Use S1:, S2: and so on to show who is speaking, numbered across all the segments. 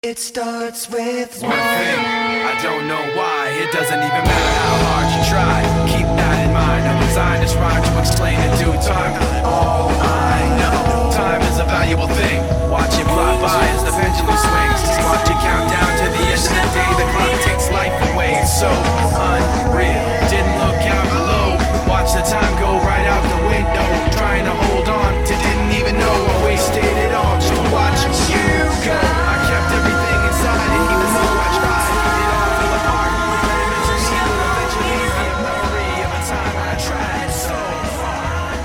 S1: It starts with
S2: one thing. I don't know why. It doesn't even matter how hard you try. Keep that in mind. I'm designed this rhyme to explain in due time. All I know, time is a valuable thing. Watch it fly by as the pendulum swings. Watch it count down to the end of the day. The clock takes life away. It's so unreal. Didn't look out below. Watch the time go right out the window. Trying to hold on to didn't even know I wasted it all just to watch you go. I kept everything inside, and even though I tried, it all fell apart. Reminiscing you will eventually be a memory of a time I tried so hard.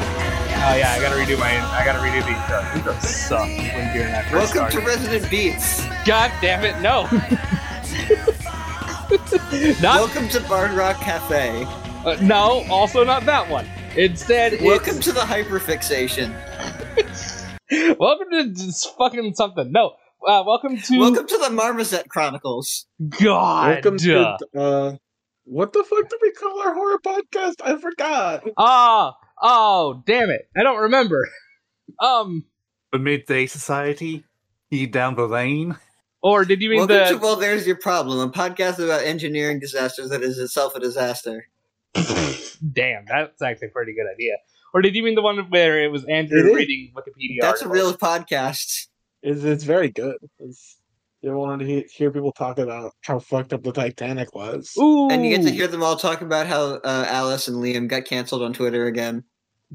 S3: Oh yeah, I gotta redo my. I gotta redo the intro. Intro sucked when doing that first
S4: Welcome to
S3: started.
S4: Resident Beats.
S5: God damn it, no. not
S4: Welcome to Barn Rock Cafe.
S5: uh, no, also not that one. Instead, it's
S4: Welcome to the hyperfixation.
S5: welcome to just fucking something. No, uh, welcome to
S4: Welcome to the Marmoset Chronicles.
S5: God.
S6: Welcome to uh, what the fuck do we call our horror podcast? I forgot.
S5: Ah, oh, damn it, I don't remember. Um,
S6: The Midday Society. He down the lane.
S5: or did you mean
S4: Welcome to
S5: the?
S4: Well, There's Your Problem, a podcast about engineering disasters that is itself a disaster.
S5: Damn, that's actually a pretty good idea. Or did you mean the one where it was Andrew
S6: It is.
S5: reading Wikipedia?
S4: That's a
S5: articles?
S4: real podcast.
S6: Is it's very good. It's, you wanted to he- hear people talk about how fucked up the Titanic was.
S5: Ooh,
S4: And you get to hear them all talk about how uh, Alice and Liam got canceled on Twitter again.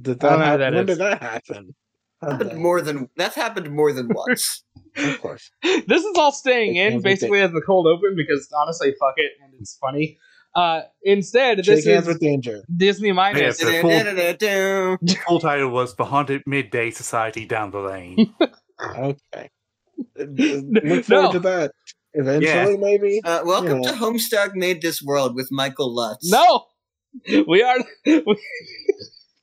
S6: Did
S5: I don't
S6: that
S5: know who
S6: happen?
S5: that
S6: when
S5: is.
S6: did that happen? How'd
S4: Happened
S6: that-
S4: more than that's happened more than once.
S6: Of course.
S5: this is all staying
S6: It
S5: in
S6: sounds like
S5: basically as the cold open because honestly, fuck it, and it's funny. Uh, instead,
S6: Shake
S5: this
S6: hands
S5: is
S6: with danger.
S5: Disney minus.
S7: Yes. The full-
S4: Da-da-da-da-da.
S7: full title was The Haunted Midday Society Down the Lane.
S6: Okay. Uh, Look forward to that eventually, maybe.
S4: Uh, welcome
S6: Yeah.
S4: to Homestuck Made This World with Michael Lutz.
S5: No, we are.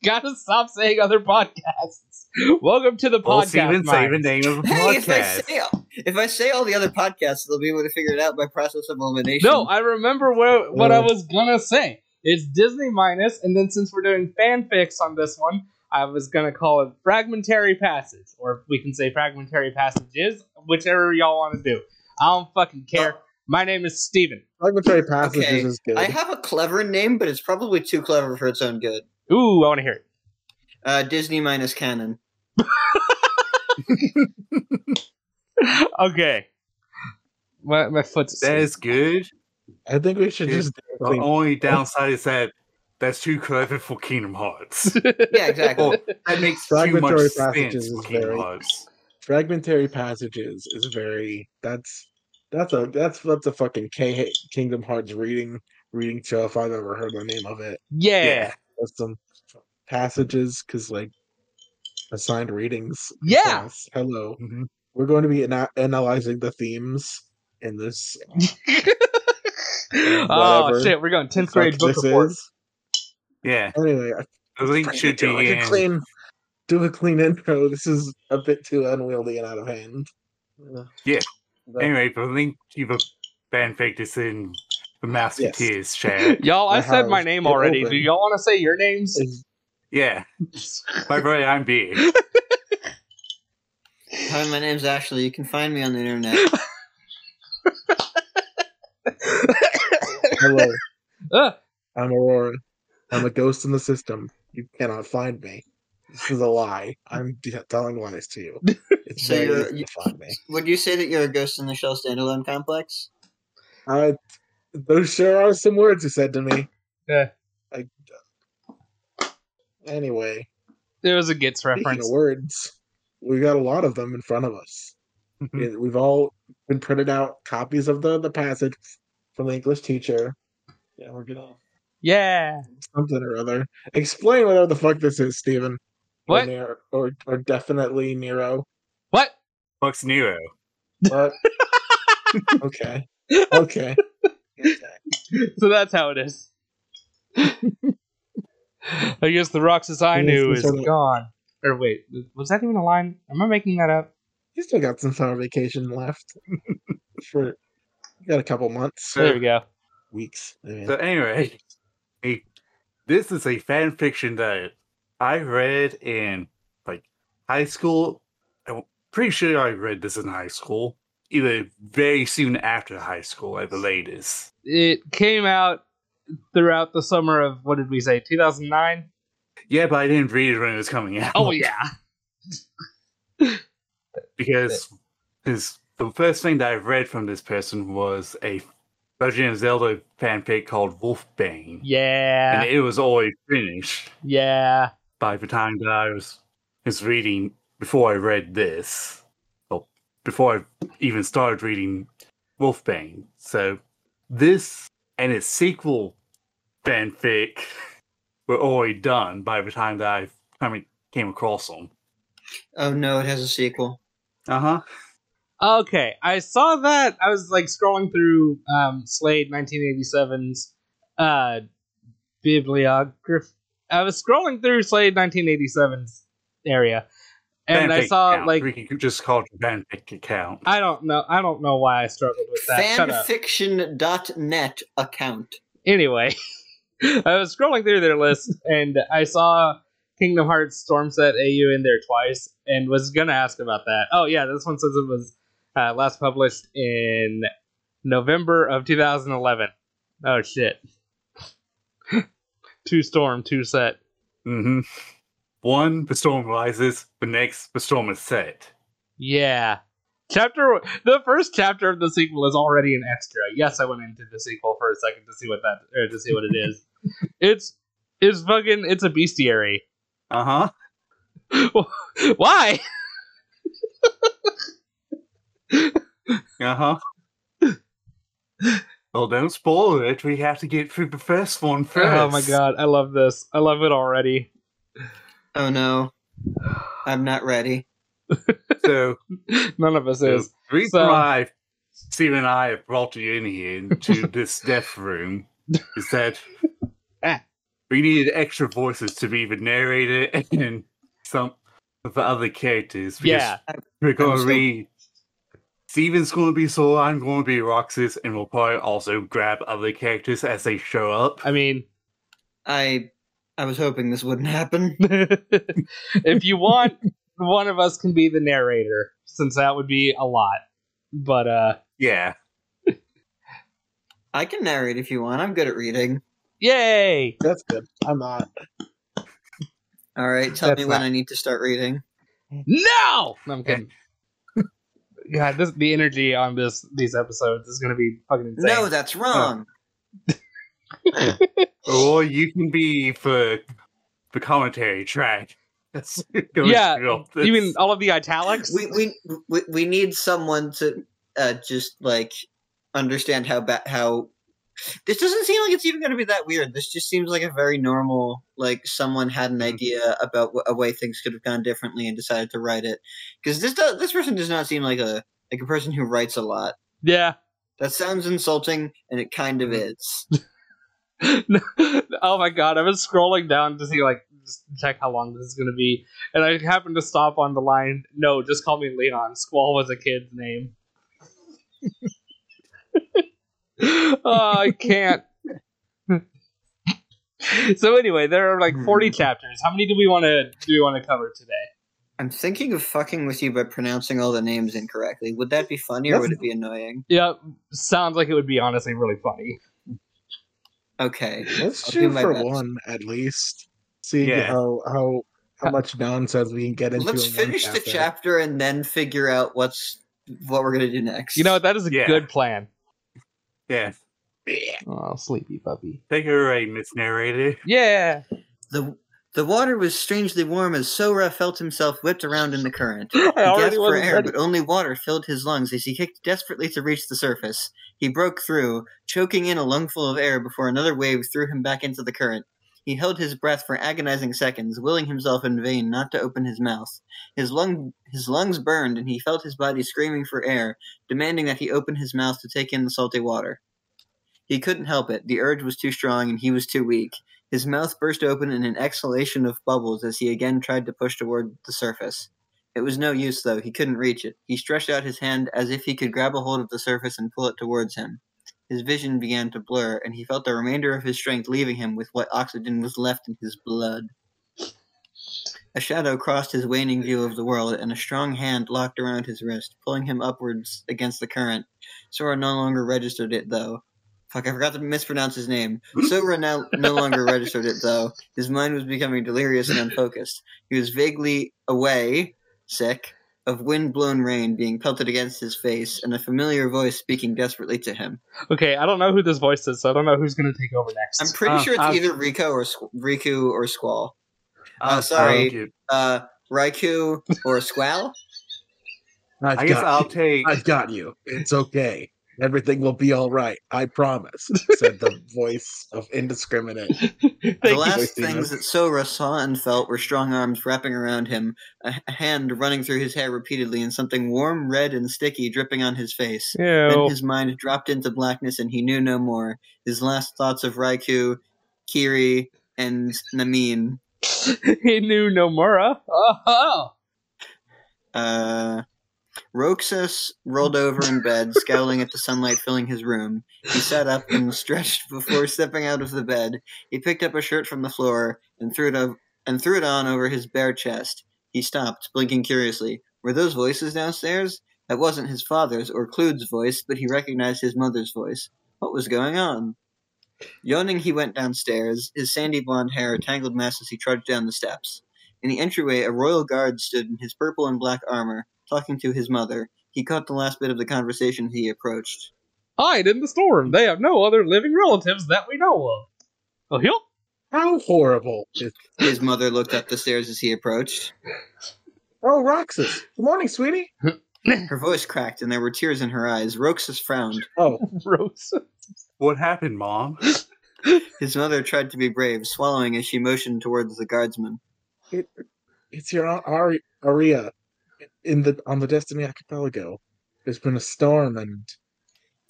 S5: We gotta stop saying other podcasts. Welcome to the
S7: Well,
S5: podcast.
S7: Steven, say the
S5: Minds.
S7: name of the
S4: Hey, if I,
S7: podcast.
S4: say, if I say all the other podcasts, they'll be able to figure it out by process of elimination.
S5: No, I remember what what I
S6: Uh.
S5: was gonna say. It's Disney minus, and then since we're doing fanfics on this one, I was gonna call it fragmentary passage, or we can say fragmentary passages, whichever y'all want to do. I don't fucking care. My name is Steven.
S6: Fragmentary passages
S4: Okay,
S6: is good.
S4: I have a clever name, but it's probably too clever for its own good.
S5: Ooh, I want to hear it.
S4: Uh, Disney minus canon.
S5: Okay. My, my foot's.
S7: That is good.
S6: I think we should just
S7: The
S5: oh.
S7: only downside is that that's too clever for Kingdom Hearts.
S4: Yeah, exactly.
S7: Well, that makes too much
S6: Fragmentary passages
S7: sense
S6: is
S7: for Kingdom
S6: very-
S7: Hearts.
S6: fragmentary passages is very that's that's a that's that's a fucking K- Kingdom Hearts reading reading show if I've ever heard the name of it.
S5: yeah.
S7: Yeah.
S6: There's some passages because like assigned readings.
S5: Yeah.
S6: class. Hello.
S5: Mm-hmm.
S7: Mhm.
S6: We're going to be ana- analyzing the themes in this.
S5: Oh
S6: Whatever.
S5: shit, we're going tenth
S6: fuck
S5: grade book
S6: this
S5: report.
S6: is.
S7: Yeah.
S6: Anyway, I
S7: The link
S6: think
S7: should be
S6: do like
S7: in.
S6: a clean do a clean intro. This is a bit too unwieldy and out of hand.
S7: Yeah.
S6: But-
S7: Anyway, the link to the fanfic is in the Musketeers chat.
S5: Y'all, I
S6: I
S5: said my
S6: have
S5: name
S6: it
S5: already.
S6: open.
S5: Do y'all want to say your names?
S6: Is-
S7: Yeah. By the way, I'm B.
S4: Hi, my name's Ashley. You can find me on the internet.
S6: Hello.
S5: Ugh.
S6: I'm Aurora. I'm a ghost in the system. You cannot find me. This is a lie. I'm de- telling lies to you. It's
S4: So
S6: very
S4: you're-
S6: easy to find me.
S4: Would you say that you're a Ghost in the Shell standalone complex?
S6: Uh, those sure are some words you said to me.
S5: Yeah.
S6: I, anyway,
S5: It was a Gits
S6: speaking
S5: reference.
S6: of words, we got a lot of them in front of us.
S5: Mm-hmm.
S6: Yeah, We've all been printed out copies of the the passage from the English teacher. Yeah, we're gonna
S5: Yeah.
S6: something or other. Explain whatever the fuck this is, Steven. Or,
S5: What?
S6: Nero, or, or definitely Nero.
S5: What?
S7: Fox Nero.
S6: But okay, okay.
S5: So that's how it is. I guess the Roxas I
S6: Yes,
S5: knew
S6: we
S5: is
S6: said it.
S5: gone. Or wait, was that even a line? Am I making that up?
S6: You still got some summer vacation left. For you got a couple months,
S5: There we go.
S6: weeks. I mean.
S7: So anyway, a, this is a fan fiction that I read in like high school. I'm pretty sure I read this in high school. either very soon after high school at the latest.
S5: It came out throughout the summer of what did we say, 2009?
S7: Yeah, but I didn't read it when it was coming out.
S5: Oh yeah,
S7: because his, the first thing that I read from this person was a Legend of Zelda fanfic called Wolfbane,
S5: yeah,
S7: and it was already finished
S5: yeah.
S7: by the time that I was was reading before I read this, or before I even started reading Wolfbane. So this and its sequel fanfic were already done by the time that I kind of came across them.
S4: Oh no, it has a sequel.
S7: Uh
S5: Uh-huh.
S7: huh.
S5: Okay, I saw that. I was like scrolling through um, Slade 1987's uh, bibliography. I was scrolling through Slade 1987's area, and I
S7: Fanfic
S5: saw
S7: count.
S5: like
S7: we can just call it a fanfic account.
S5: I don't know. I don't know why I struggled with that. Shut up.
S4: Fanfiction.net account.
S5: anyway, I was scrolling through their list and I saw Kingdom Hearts Stormset AU in there twice and was going to ask about that. Oh, yeah, this one says it was uh, last published in November of 2011. Oh, shit. two Storm, two set.
S7: Mm-hmm. One, the storm rises. The next, the storm is set.
S5: Yeah. Chapter the first chapter of the sequel is already an extra. Yes, I went into the sequel for a second to see what that or to see what it is. it's it's fucking it's a bestiary.
S7: Uh
S5: Uh-huh.
S7: huh.
S5: Why?
S7: Uh huh. well, don't spoil it. We have to get through the first one first.
S5: Oh my god, I love this. I love it already.
S4: Oh no, I'm not ready.
S7: So,
S5: None of us
S7: the
S5: is.
S7: reason
S5: So-
S7: why Steve and I have brought you in here into this death room is that
S5: Ah.
S7: we needed extra voices to be the narrator and some of the other characters. because
S5: Yeah.
S7: We're gonna
S4: so-
S7: read. Steven's gonna be Sora, I'm gonna be Roxas, and we'll probably also grab other characters as they show up.
S5: I mean,
S4: I I was hoping this wouldn't happen.
S5: if you want one of us can be the narrator since that would be a lot. But uh
S7: Yeah.
S4: I can narrate if you want. I'm good at reading.
S5: yay.
S6: That's good. I'm not.
S4: All right, tell
S5: That's
S4: me when
S5: not-
S4: I need to start reading.
S5: No! No, I'm kidding. God, this the energy on this these episodes is gonna be fucking insane.
S4: No, that's wrong.
S7: Or you can be for the commentary track. That's gonna show
S5: yeah,
S7: up this-
S5: you mean all of the italics?
S4: We, we we we need someone to uh, just like understand how ba- how this doesn't seem like it's even going to be that weird. This just seems like a very normal like someone had
S5: Hmm.
S4: an idea about wh- a way things could have gone differently and decided to write it. Because this does, this person does not seem like a like a person who writes a lot.
S5: yeah.
S4: That sounds insulting, and it kind
S5: Hmm.
S4: of is.
S5: oh my god, I was scrolling down to see like just check how long this is gonna be, and I happened to stop on the line. No, just call me Leon. Squall was a kid's name. oh, I can't. so anyway, there are like
S4: Hmm.
S5: forty chapters. How many do we want to do? We want to cover today?
S4: I'm thinking of fucking with you by pronouncing all the names incorrectly. Would that be funny or
S6: That's-
S4: would it be annoying?
S5: Yeah, sounds like it would be honestly really funny.
S4: Okay.
S6: Let's
S4: I'll
S6: shoot
S4: do my
S6: for
S4: best.
S6: one at least. See
S7: Yeah.
S6: how how how much nonsense we can get into.
S4: Uh, Let's
S6: in one
S4: finish the chapter and then figure out what's what we're gonna do next.
S5: You know what? That is a
S7: Yeah.
S5: good plan.
S7: Yeah.
S5: Oh, sleepy puppy.
S7: Take it away, Miss Narrator.
S5: Yeah.
S4: the the water was strangely warm as Sora felt himself whipped around in the current.
S5: I
S4: He
S5: already
S4: gasped for
S5: wasn't
S4: air,
S5: ready.
S4: but only water filled his lungs as he kicked desperately to reach the surface. He broke through, choking in a lungful of air before another wave threw him back into the current. He held his breath for agonizing seconds, willing himself in vain not to open his mouth. His lung his lungs burned, and he felt his body screaming for air, demanding that he open his mouth to take in the salty water. He couldn't help it. The urge was too strong, and he was too weak. His mouth burst open in an exhalation of bubbles as he again tried to push toward the surface. It was no use, though. He couldn't reach it. He stretched out his hand as if he could grab a hold of the surface and pull it towards him. His vision began to blur, and he felt the remainder of his strength leaving him with what oxygen was left in his blood. A shadow crossed his waning view of the world, and a strong hand locked around his wrist, pulling him upwards against the current. Sora no longer registered it, though. Fuck, I forgot to mispronounce his name. Sora now no longer registered it, though. His mind was becoming delirious and unfocused. He was vaguely away, sick, of wind-blown rain being pelted against his face, and a familiar voice speaking desperately to him.
S5: Okay, I don't know who this voice is, so I don't know who's going to take over next.
S4: I'm pretty
S7: Uh,
S4: sure it's
S5: ah.
S7: uh,
S4: either Rico or Squ- Riku or Squall. Uh,
S7: I'll
S4: sorry.
S7: give-
S4: Uh, Raikou or Squall?
S6: I've
S7: I guess
S6: got
S7: I'll
S6: you.
S7: take.
S6: I've got you. It's okay. Everything will be all right. I promise," said the voice of indiscriminate.
S4: The
S5: Thank you.
S4: last
S6: Christina.
S4: things that Sora saw and felt were strong arms wrapping around him, a h- hand running through his hair repeatedly, and something warm, red, and sticky dripping on his face. Then
S5: Ew.
S4: his mind dropped into blackness and he knew no more. His last thoughts of Raikou, Kiri, and Namin.
S5: he knew Nomura. Oh,
S4: Uh, Roxas rolled over in bed, scowling at the sunlight filling his room. He sat up and stretched before stepping out of the bed. He picked up a shirt from the floor and threw it o- and threw it on over his bare chest. He stopped, blinking curiously. Were those voices downstairs? That wasn't his father's or Clude's voice, but he recognized his mother's voice. What was going on? Yawning, he went downstairs, his sandy blonde hair a tangled mess as he trudged down the steps. In the entryway, a royal guard stood in his purple and black armor, talking to his mother. He caught the last bit of the conversation as he approached.
S5: hide in the storm. They have no other living relatives that we know of. Oh, he'll.
S6: How horrible! It-
S4: His mother looked up the stairs as he approached.
S6: oh, Roxas. Good morning, sweetie.
S4: Her voice cracked, and there were tears in her eyes. Roxas frowned.
S6: Oh,
S5: Rose.
S7: What happened, Mom?
S4: His mother tried to be brave, swallowing as she motioned towards the guardsman.
S6: it's your aunt Ari- Aria in the on the Destiny archipelago. There's been a storm, and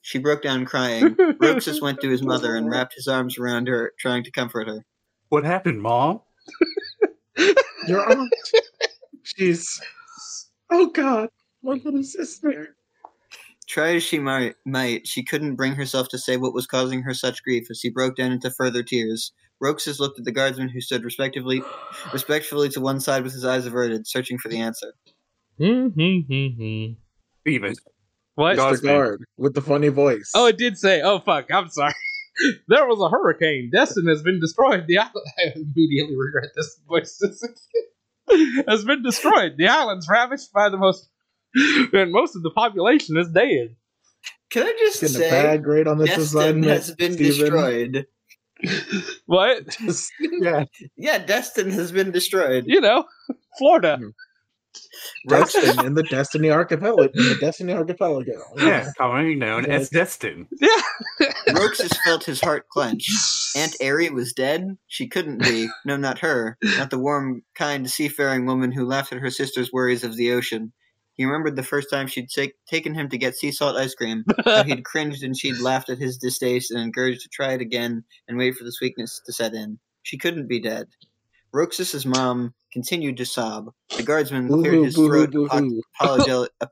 S4: She broke down crying. Roxas went to his mother and wrapped his arms around her, trying to comfort her.
S7: What happened, Mom?
S6: your aunt. She's. Oh God, my little sister.
S4: Try as she mi- might, she couldn't bring herself to say what was causing her such grief as he broke down into further tears. Roxas looked at the guardsmen who stood respectively, respectfully to one side with his eyes averted, searching for the answer.
S5: Hmm, Mm-hmm.
S7: Even
S5: What?
S7: Guard-
S6: Mr. Guard with the funny voice.
S5: Oh, it did say. Oh, fuck. I'm sorry. there was a hurricane. Destin has been destroyed. The island. I immediately regret this voice. has been destroyed. The island's ravaged by the most. And most of the population is dead.
S4: Can I just
S6: getting a bad grade on this
S4: Destin
S6: assignment.
S4: has been
S6: Steven.
S4: destroyed?
S5: What?
S6: yeah,
S4: Yeah, Destin has been destroyed.
S5: You know, Florida.
S6: Destin in the Destiny archipelago. In the Destiny archipelago.
S7: yeah, commonly known as Destin.
S5: Yeah.
S4: Roxas felt his heart clench. Aunt Airy was dead? She couldn't be. No, not her. Not the warm, kind, seafaring woman who laughed at her sister's worries of the ocean. He remembered the first time she'd take, taken him to get sea salt ice cream, how he'd cringed and she'd laughed at his distaste and encouraged to try it again and wait for the sweetness to set in. She couldn't be dead. Roxas's mom continued to sob. The guardsman cleared
S6: Boo-hoo,
S4: his throat
S6: boo-hoo, boo-hoo.
S4: apologetic. ap-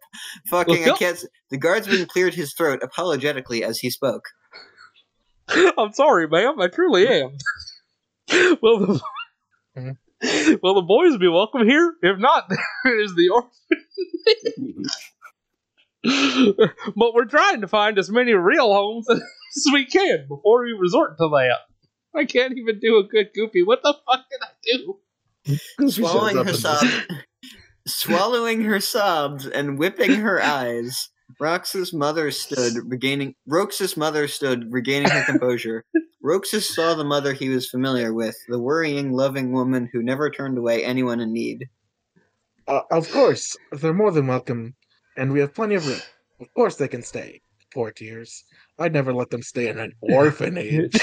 S4: fucking, I
S5: Look.
S4: can't. s- The guardsman cleared his throat apologetically as he spoke.
S5: I'm sorry, ma'am. I truly am. will the will the boys be welcome here? If not, there is the orphanage. but we're trying to find as many real homes as we can before we resort to that. I can't even do a good goopy. What the fuck did I do?
S6: Goofy shows
S4: swallowing
S6: up
S4: her
S6: in this.
S4: sobs, swallowing her sobs, and whipping her eyes. Roxas' mother stood regaining. Roxas' mother stood regaining her composure. Roxas saw the mother he was familiar with, the worrying, loving woman who never turned away anyone in need.
S6: Uh, of course, they're more than welcome, and we have plenty of room. Of course, they can stay. Poor dears. I'd never let them stay in an orphanage.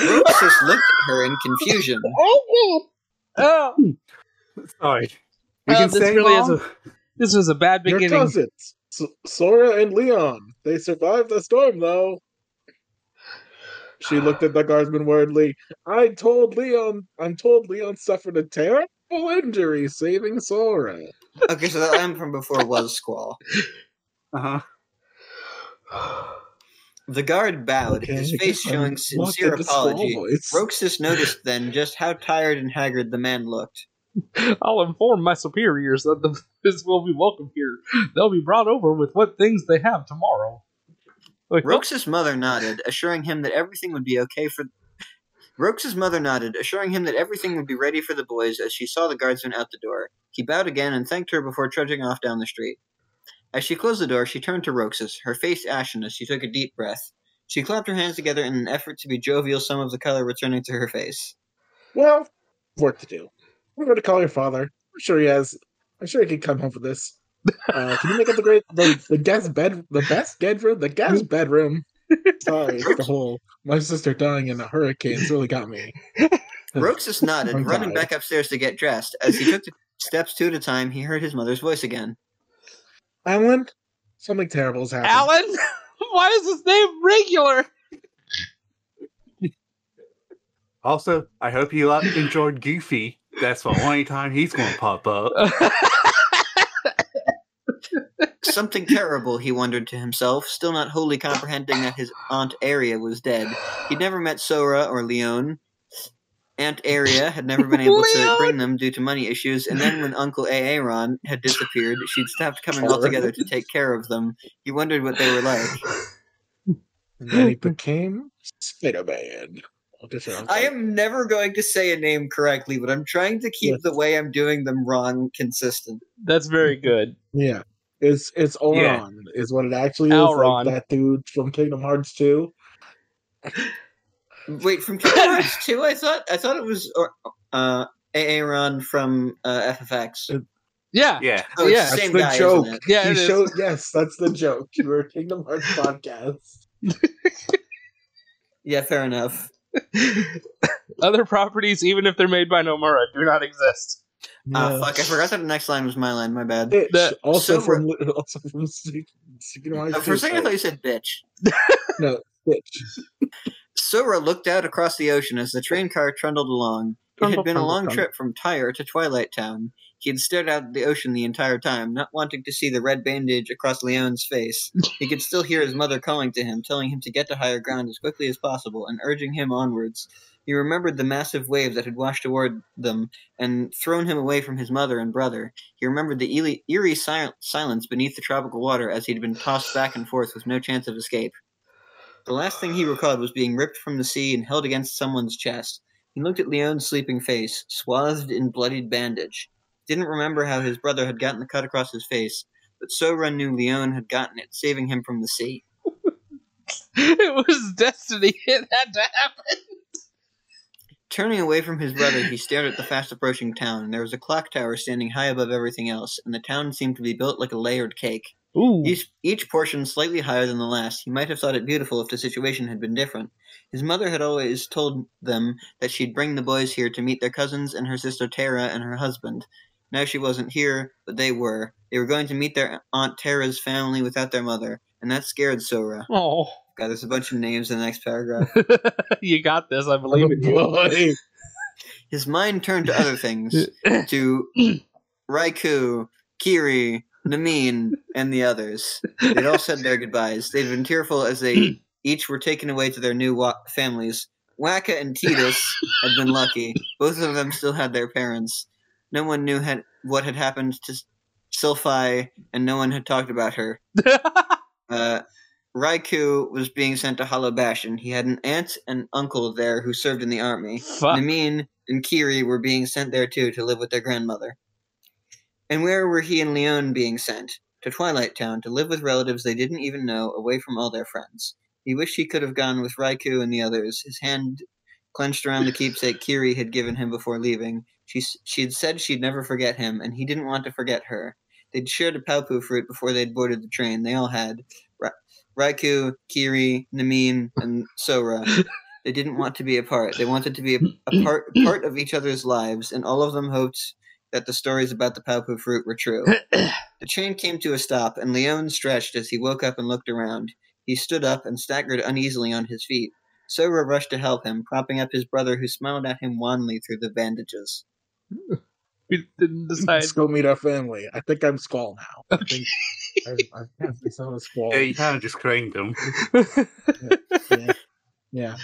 S4: Roxas looked at her in confusion.
S5: Oh, oh.
S7: Sorry. You
S5: Uh,
S7: can
S5: this
S7: say,
S5: really is
S7: Mom?
S5: this was a bad
S6: Your
S5: beginning.
S6: cousins, S- Sora and Leon. They survived the storm, though. She looked at the guardsman worriedly. I told Leon. I'm told Leon suffered a terrible injury saving Sora.
S4: Okay, so that lamb from before was Squall.
S7: Uh-huh.
S4: The guard bowed,
S6: Okay,
S4: his
S6: I
S4: face
S6: guess I'm
S4: showing
S6: locked
S4: sincere
S6: into small
S4: apology.
S6: voice.
S4: Roxas noticed then just how tired and haggard the man looked.
S5: I'll inform my superiors that the visitors will be welcome here. They'll be brought over with what things they have tomorrow. Like,
S4: Rox's mother nodded, assuring him that everything would be okay for. Rox's mother nodded, assuring him that everything would be ready for the boys as she saw the guardsman out the door. He bowed again and thanked her before trudging off down the street. As she closed the door, she turned to Roxas, her face ashen as she took a deep breath. She clapped her hands together in an effort to be jovial, some of the color returning to her face.
S6: Well, work to do. I'm going to call your father. I'm sure he has. I'm sure he can come home for this. Uh, can you make up the great the, the guest bed the best bedroom the guest bedroom? Sorry, it's the whole my sister dying in a hurricane's really got me.
S4: Roxas nodded,
S6: I'm
S4: running
S6: tired.
S4: back upstairs to get dressed. As he took the steps two at a time, he heard his mother's voice again.
S6: Alan, something terrible has happened.
S5: Alan? Why is his name regular?
S7: Also, I hope you lot enjoyed Goofy. That's the only time he's going to pop up.
S4: Something terrible, he wondered to himself, still not wholly comprehending that his Aunt Aria was dead. He'd never met Sora or Leon. Aunt Aria had never been able to
S5: Leon!
S4: bring them due to money issues, and then when Uncle Aaron had disappeared, she'd stopped coming altogether to take care of them. He wondered what they were like.
S6: And then he became Spider Man.
S4: I am never going to say a name correctly, but I'm trying to keep
S6: Yeah.
S4: the way I'm doing them wrong consistent.
S5: That's very good.
S6: Yeah. It's it's Oron
S7: Yeah.
S6: is what it actually is.
S5: Elrond.
S6: Like that dude from Kingdom Hearts 2.
S4: Wait, from Kingdom Hearts 2, I thought I thought it was or- uh Aaron from uh, FFX.
S5: Yeah.
S7: Yeah.
S4: Oh, it's
S5: Yeah.
S4: the same guy,
S6: That's the joke.
S4: isn't it?
S5: Yeah,
S6: He
S5: it is.
S6: showed yes, that's the joke. You're a Kingdom Hearts podcast.
S4: Yeah, fair enough.
S5: Other properties, even if they're made by Nomura, do not exist.
S4: Ah,
S6: Yeah.
S4: fuck! I forgot that the next line was my line. My bad.
S6: Bitch,
S5: That-
S6: also
S4: so
S6: from also from Se- Se- Kingdom Hearts
S4: Uh, for a
S6: 2,
S4: second, I thought you said bitch.
S6: bitch.
S4: Sora looked out across the ocean as the train car trundled along. It had been a long trip from Tyre to Twilight Town. He had stared out at the ocean the entire time, not wanting to see the red bandage across Leon's face. He could still hear his mother calling to him, telling him to get to higher ground as quickly as possible, and urging him onwards. He remembered the massive wave that had washed toward them and thrown him away from his mother and brother. He remembered the eerie, eerie sil- silence beneath the tropical water as he'd been tossed back and forth with no chance of escape. The last thing he recalled was being ripped from the sea and held against someone's chest. He looked at Leon's sleeping face, swathed in bloodied bandage. Didn't remember how his brother had gotten the cut across his face, but Sora knew Leon had gotten it, saving him from the sea.
S5: It was destiny. It had to happen.
S4: Turning away from his brother, he stared at the fast approaching town. There was a clock tower standing high above everything else, and the town seemed to be built like a layered cake.
S5: Ooh.
S4: Each, each portion slightly higher than the last. He might have thought it beautiful if the situation had been different. His mother had always told them that she'd bring the boys here to meet their cousins and her sister Tara and her husband. Now she wasn't here, but they were. They were going to meet their aunt Tara's family without their mother, and that scared Sora.
S5: Oh.
S4: God, there's a bunch of names in the next paragraph.
S5: you got this. I believe in you.
S6: Oh, Boy.
S4: His mind turned to other things, to Raikou, Kiri, Namine, and the others. They'd all said their goodbyes. They'd been tearful as they each were taken away to their new wa- families. Waka and Titus had been lucky. Both of them still had their parents. No one knew had, what had happened to S- Sylphi, and no one had talked about her. Uh, Raikou was being sent to Hollow Bastion. He had an aunt and uncle there who served in the army.
S5: Fuck.
S4: Namine and Kiri were being sent there too to live with their grandmother. And where were he and Leon being sent? To Twilight Town to live with relatives they didn't even know, away from all their friends. He wished he could have gone with Raikou and the others, his hand clenched around the keepsake Kiri had given him before leaving. She s- she'd said she'd never forget him, and he didn't want to forget her. They'd shared a Paupu fruit before they'd boarded the train. They all had. Ra- Raikou, Kiri, Namine, and Sora. They didn't want to be apart. They wanted to be a, a part part of each other's lives, and all of them hoped that the stories about the Paupu fruit were true. the train came to a stop, and Leon stretched as he woke up and looked around. He stood up and staggered uneasily on his feet. Sora rushed to help him, propping up his brother, who smiled at him wanly through the bandages.
S5: We didn't decide.
S6: Let's go meet our family. I think I'm Squall now. I think I, I have to sound as Squall.
S7: Yeah, you kind of just claimed him.
S6: Yeah.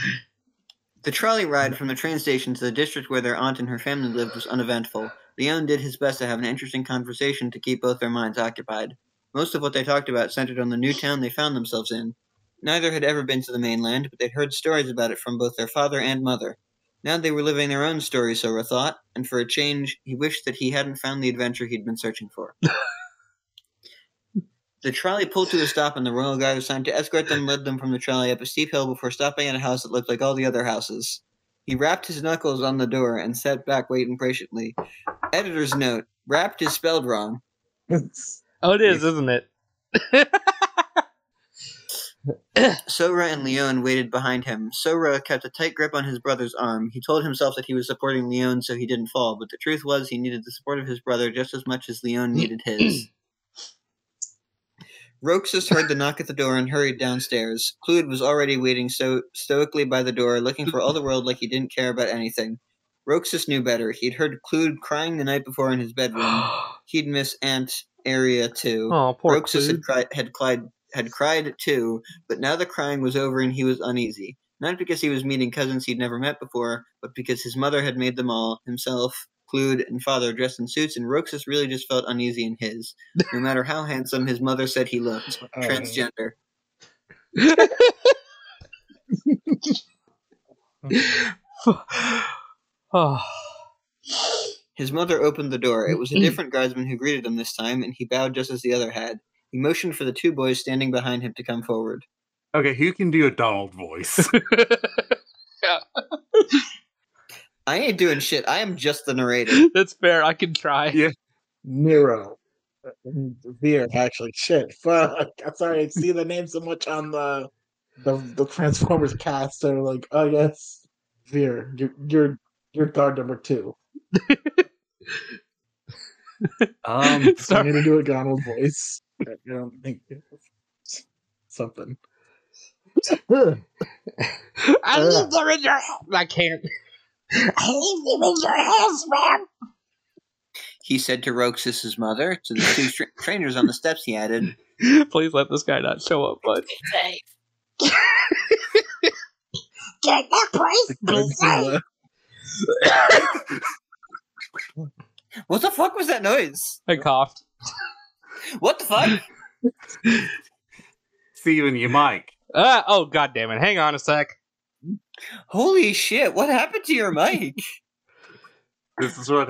S4: The trolley ride from the train station to the district where their aunt and her family lived was uneventful. Leon did his best to have an interesting conversation to keep both their minds occupied. Most of what they talked about centered on the new town they found themselves in. Neither had ever been to the mainland, but they'd heard stories about it from both their father and mother. Now they were living their own story, Sora thought, and for a change, he wished that he hadn't found the adventure he'd been searching for. the trolley pulled to a stop, and the royal guard assigned to escort them led them from the trolley up a steep hill before stopping at a house that looked like all the other houses. He rapped his knuckles on the door and sat back waiting patiently. Editor's note: "Rapped is spelled wrong."
S5: Oh, it is, isn't it?
S4: Sora and Leon waited behind him. Sora kept a tight grip on his brother's arm. He told himself that he was supporting Leon so he didn't fall, but the truth was he needed the support of his brother just as much as Leon needed his. Roxas heard the knock at the door and hurried downstairs. Clued was already waiting so stoically by the door, looking for all the world like he didn't care about anything. Roxas knew better. He'd heard Clued crying the night before in his bedroom. He'd miss Aunt Area too.
S5: Oh, poor
S4: Roxas
S5: Clued.
S4: had cried, had cried had cried too, but now the crying was over and he was uneasy. Not because he was meeting cousins he'd never met before, but because his mother had made them all himself, Clued, and father dressed in suits, and Roxas really just felt uneasy in his. No matter how handsome his mother said he looked,
S6: Oh.
S4: transgender.
S5: oh,
S4: His mother opened the door. It was a different guardsman who greeted him this time, and he bowed just as the other had. He motioned for the two boys standing behind him to come forward.
S7: Okay, who can do a Donald voice?
S4: I ain't doing shit. I am just the narrator.
S5: that's fair. I can try.
S7: Yeah.
S6: Nero. Uh, Veer, actually. Shit. Fuck. I'm sorry, I see the name so much on the the, the Transformers cast. They're like, oh yes, Veer, you're you're you're guard number two.
S7: um,
S6: I'm
S5: Sorry.
S6: gonna do a Donald voice. I don't think something.
S5: I need them in your house. I can't. I need them in your house, man.
S4: he said to Roxas's mother. To the two tra- trainers on the steps, he added,
S5: Please let this guy not show up, bud.
S4: "What the fuck was that noise?
S5: I coughed.
S4: What the fuck?"
S7: Steven, your mic.
S5: Uh, oh, god damn it. Hang on a sec.
S4: Holy shit! What happened to your mic?
S7: This is what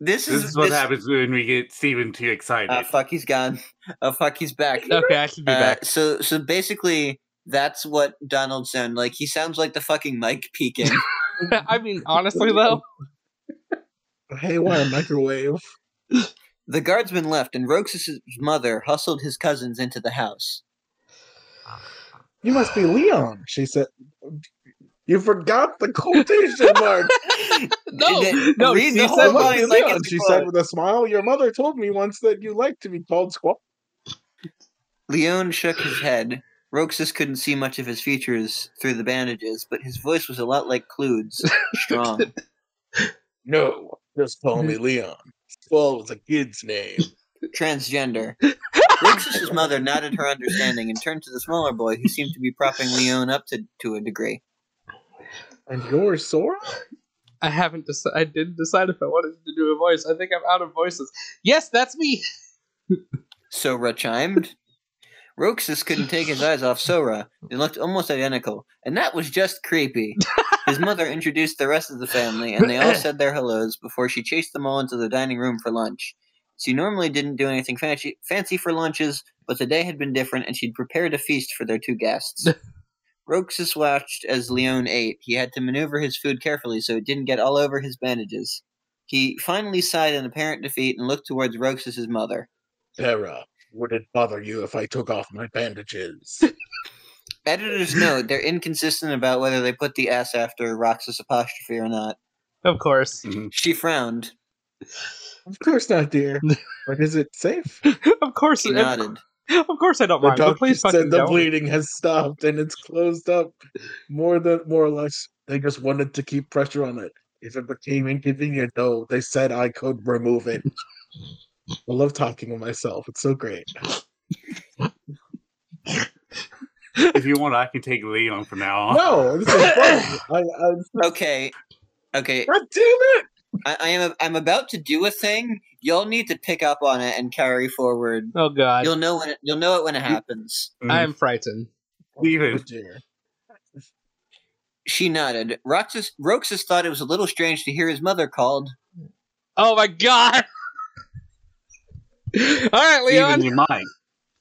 S4: This is
S7: this is what happens when we get Steven too excited.
S4: Oh fuck, he's gone. Oh fuck, he's back.
S5: Okay, I should be
S4: Uh,
S5: back.
S4: so so basically, that's what Donald sound like. He sounds like the fucking mic peeking.
S5: I mean, honestly, though.
S6: Hey, why a microwave?
S4: the guardsman left, and Roxas's mother hustled his cousins into the house.
S6: You must be Leon, she said. You forgot the quotation mark.
S5: No,
S4: Then-
S5: no,
S4: read
S5: she
S4: the
S5: said
S6: I
S4: whole
S6: must
S4: line
S6: be
S4: like
S6: Leon,
S4: it's a
S6: she
S4: quote.
S6: said with a smile. Your mother told me once that you like to be called Squall.
S4: Leon shook his head. Roxas couldn't see much of his features through the bandages, but his voice was a lot like Clude's, strong.
S6: No, just call me Leon. Squall was a kid's name.
S4: transgender. Roxas's mother nodded her understanding and turned to the smaller boy, who seemed to be propping Leon up to, to a degree.
S6: And you're Sora?
S5: I haven't decided. I didn't decide if I wanted to do a voice. I think I'm out of voices. Yes, that's me.
S4: Sora chimed. Roxas couldn't take his eyes off Sora. They looked almost identical, and that was just creepy. His mother introduced the rest of the family, and they all said their hellos before she chased them all into the dining room for lunch. She normally didn't do anything fancy, fancy for lunches, but the day had been different, and she'd prepared a feast for their two guests. Roxas watched as Leon ate. He had to maneuver his food carefully so it didn't get all over his bandages. He finally sighed in apparent defeat and looked towards Roxas's mother.
S6: Terra, would it bother you if I took off my bandages?
S4: Editors note they're inconsistent about whether they put the S after Roxas apostrophe or not.
S5: Of course.
S4: She frowned.
S6: of course not, dear. But is it safe?
S5: of course.
S4: She
S5: Of,
S4: nodded.
S5: of course, I don't
S6: The
S5: mind. But
S6: doctor
S5: please
S6: said
S5: fucking
S6: the
S5: don't.
S6: bleeding has stopped and it's closed up more than more or less. They just wanted to keep pressure on it. If it became inconvenient, though, they said I could remove it. I love talking to myself. It's so great.
S7: if you want, I can take Leon from now on.
S6: No, this is fun. I, I'm
S4: Okay. Okay.
S6: God damn it!
S4: I, I am. I'm about to do a thing. You'll need to pick up on it and carry forward.
S5: Oh God,
S4: You'll know when. It, you'll know it when it happens.
S5: I am frightened.
S7: Mm-hmm. Steven.
S6: dear.
S4: She nodded. Roxas, Roxas thought it was a little strange to hear his mother called.
S5: Oh my God. All right,
S7: Steven,
S5: Leon.
S7: you mind?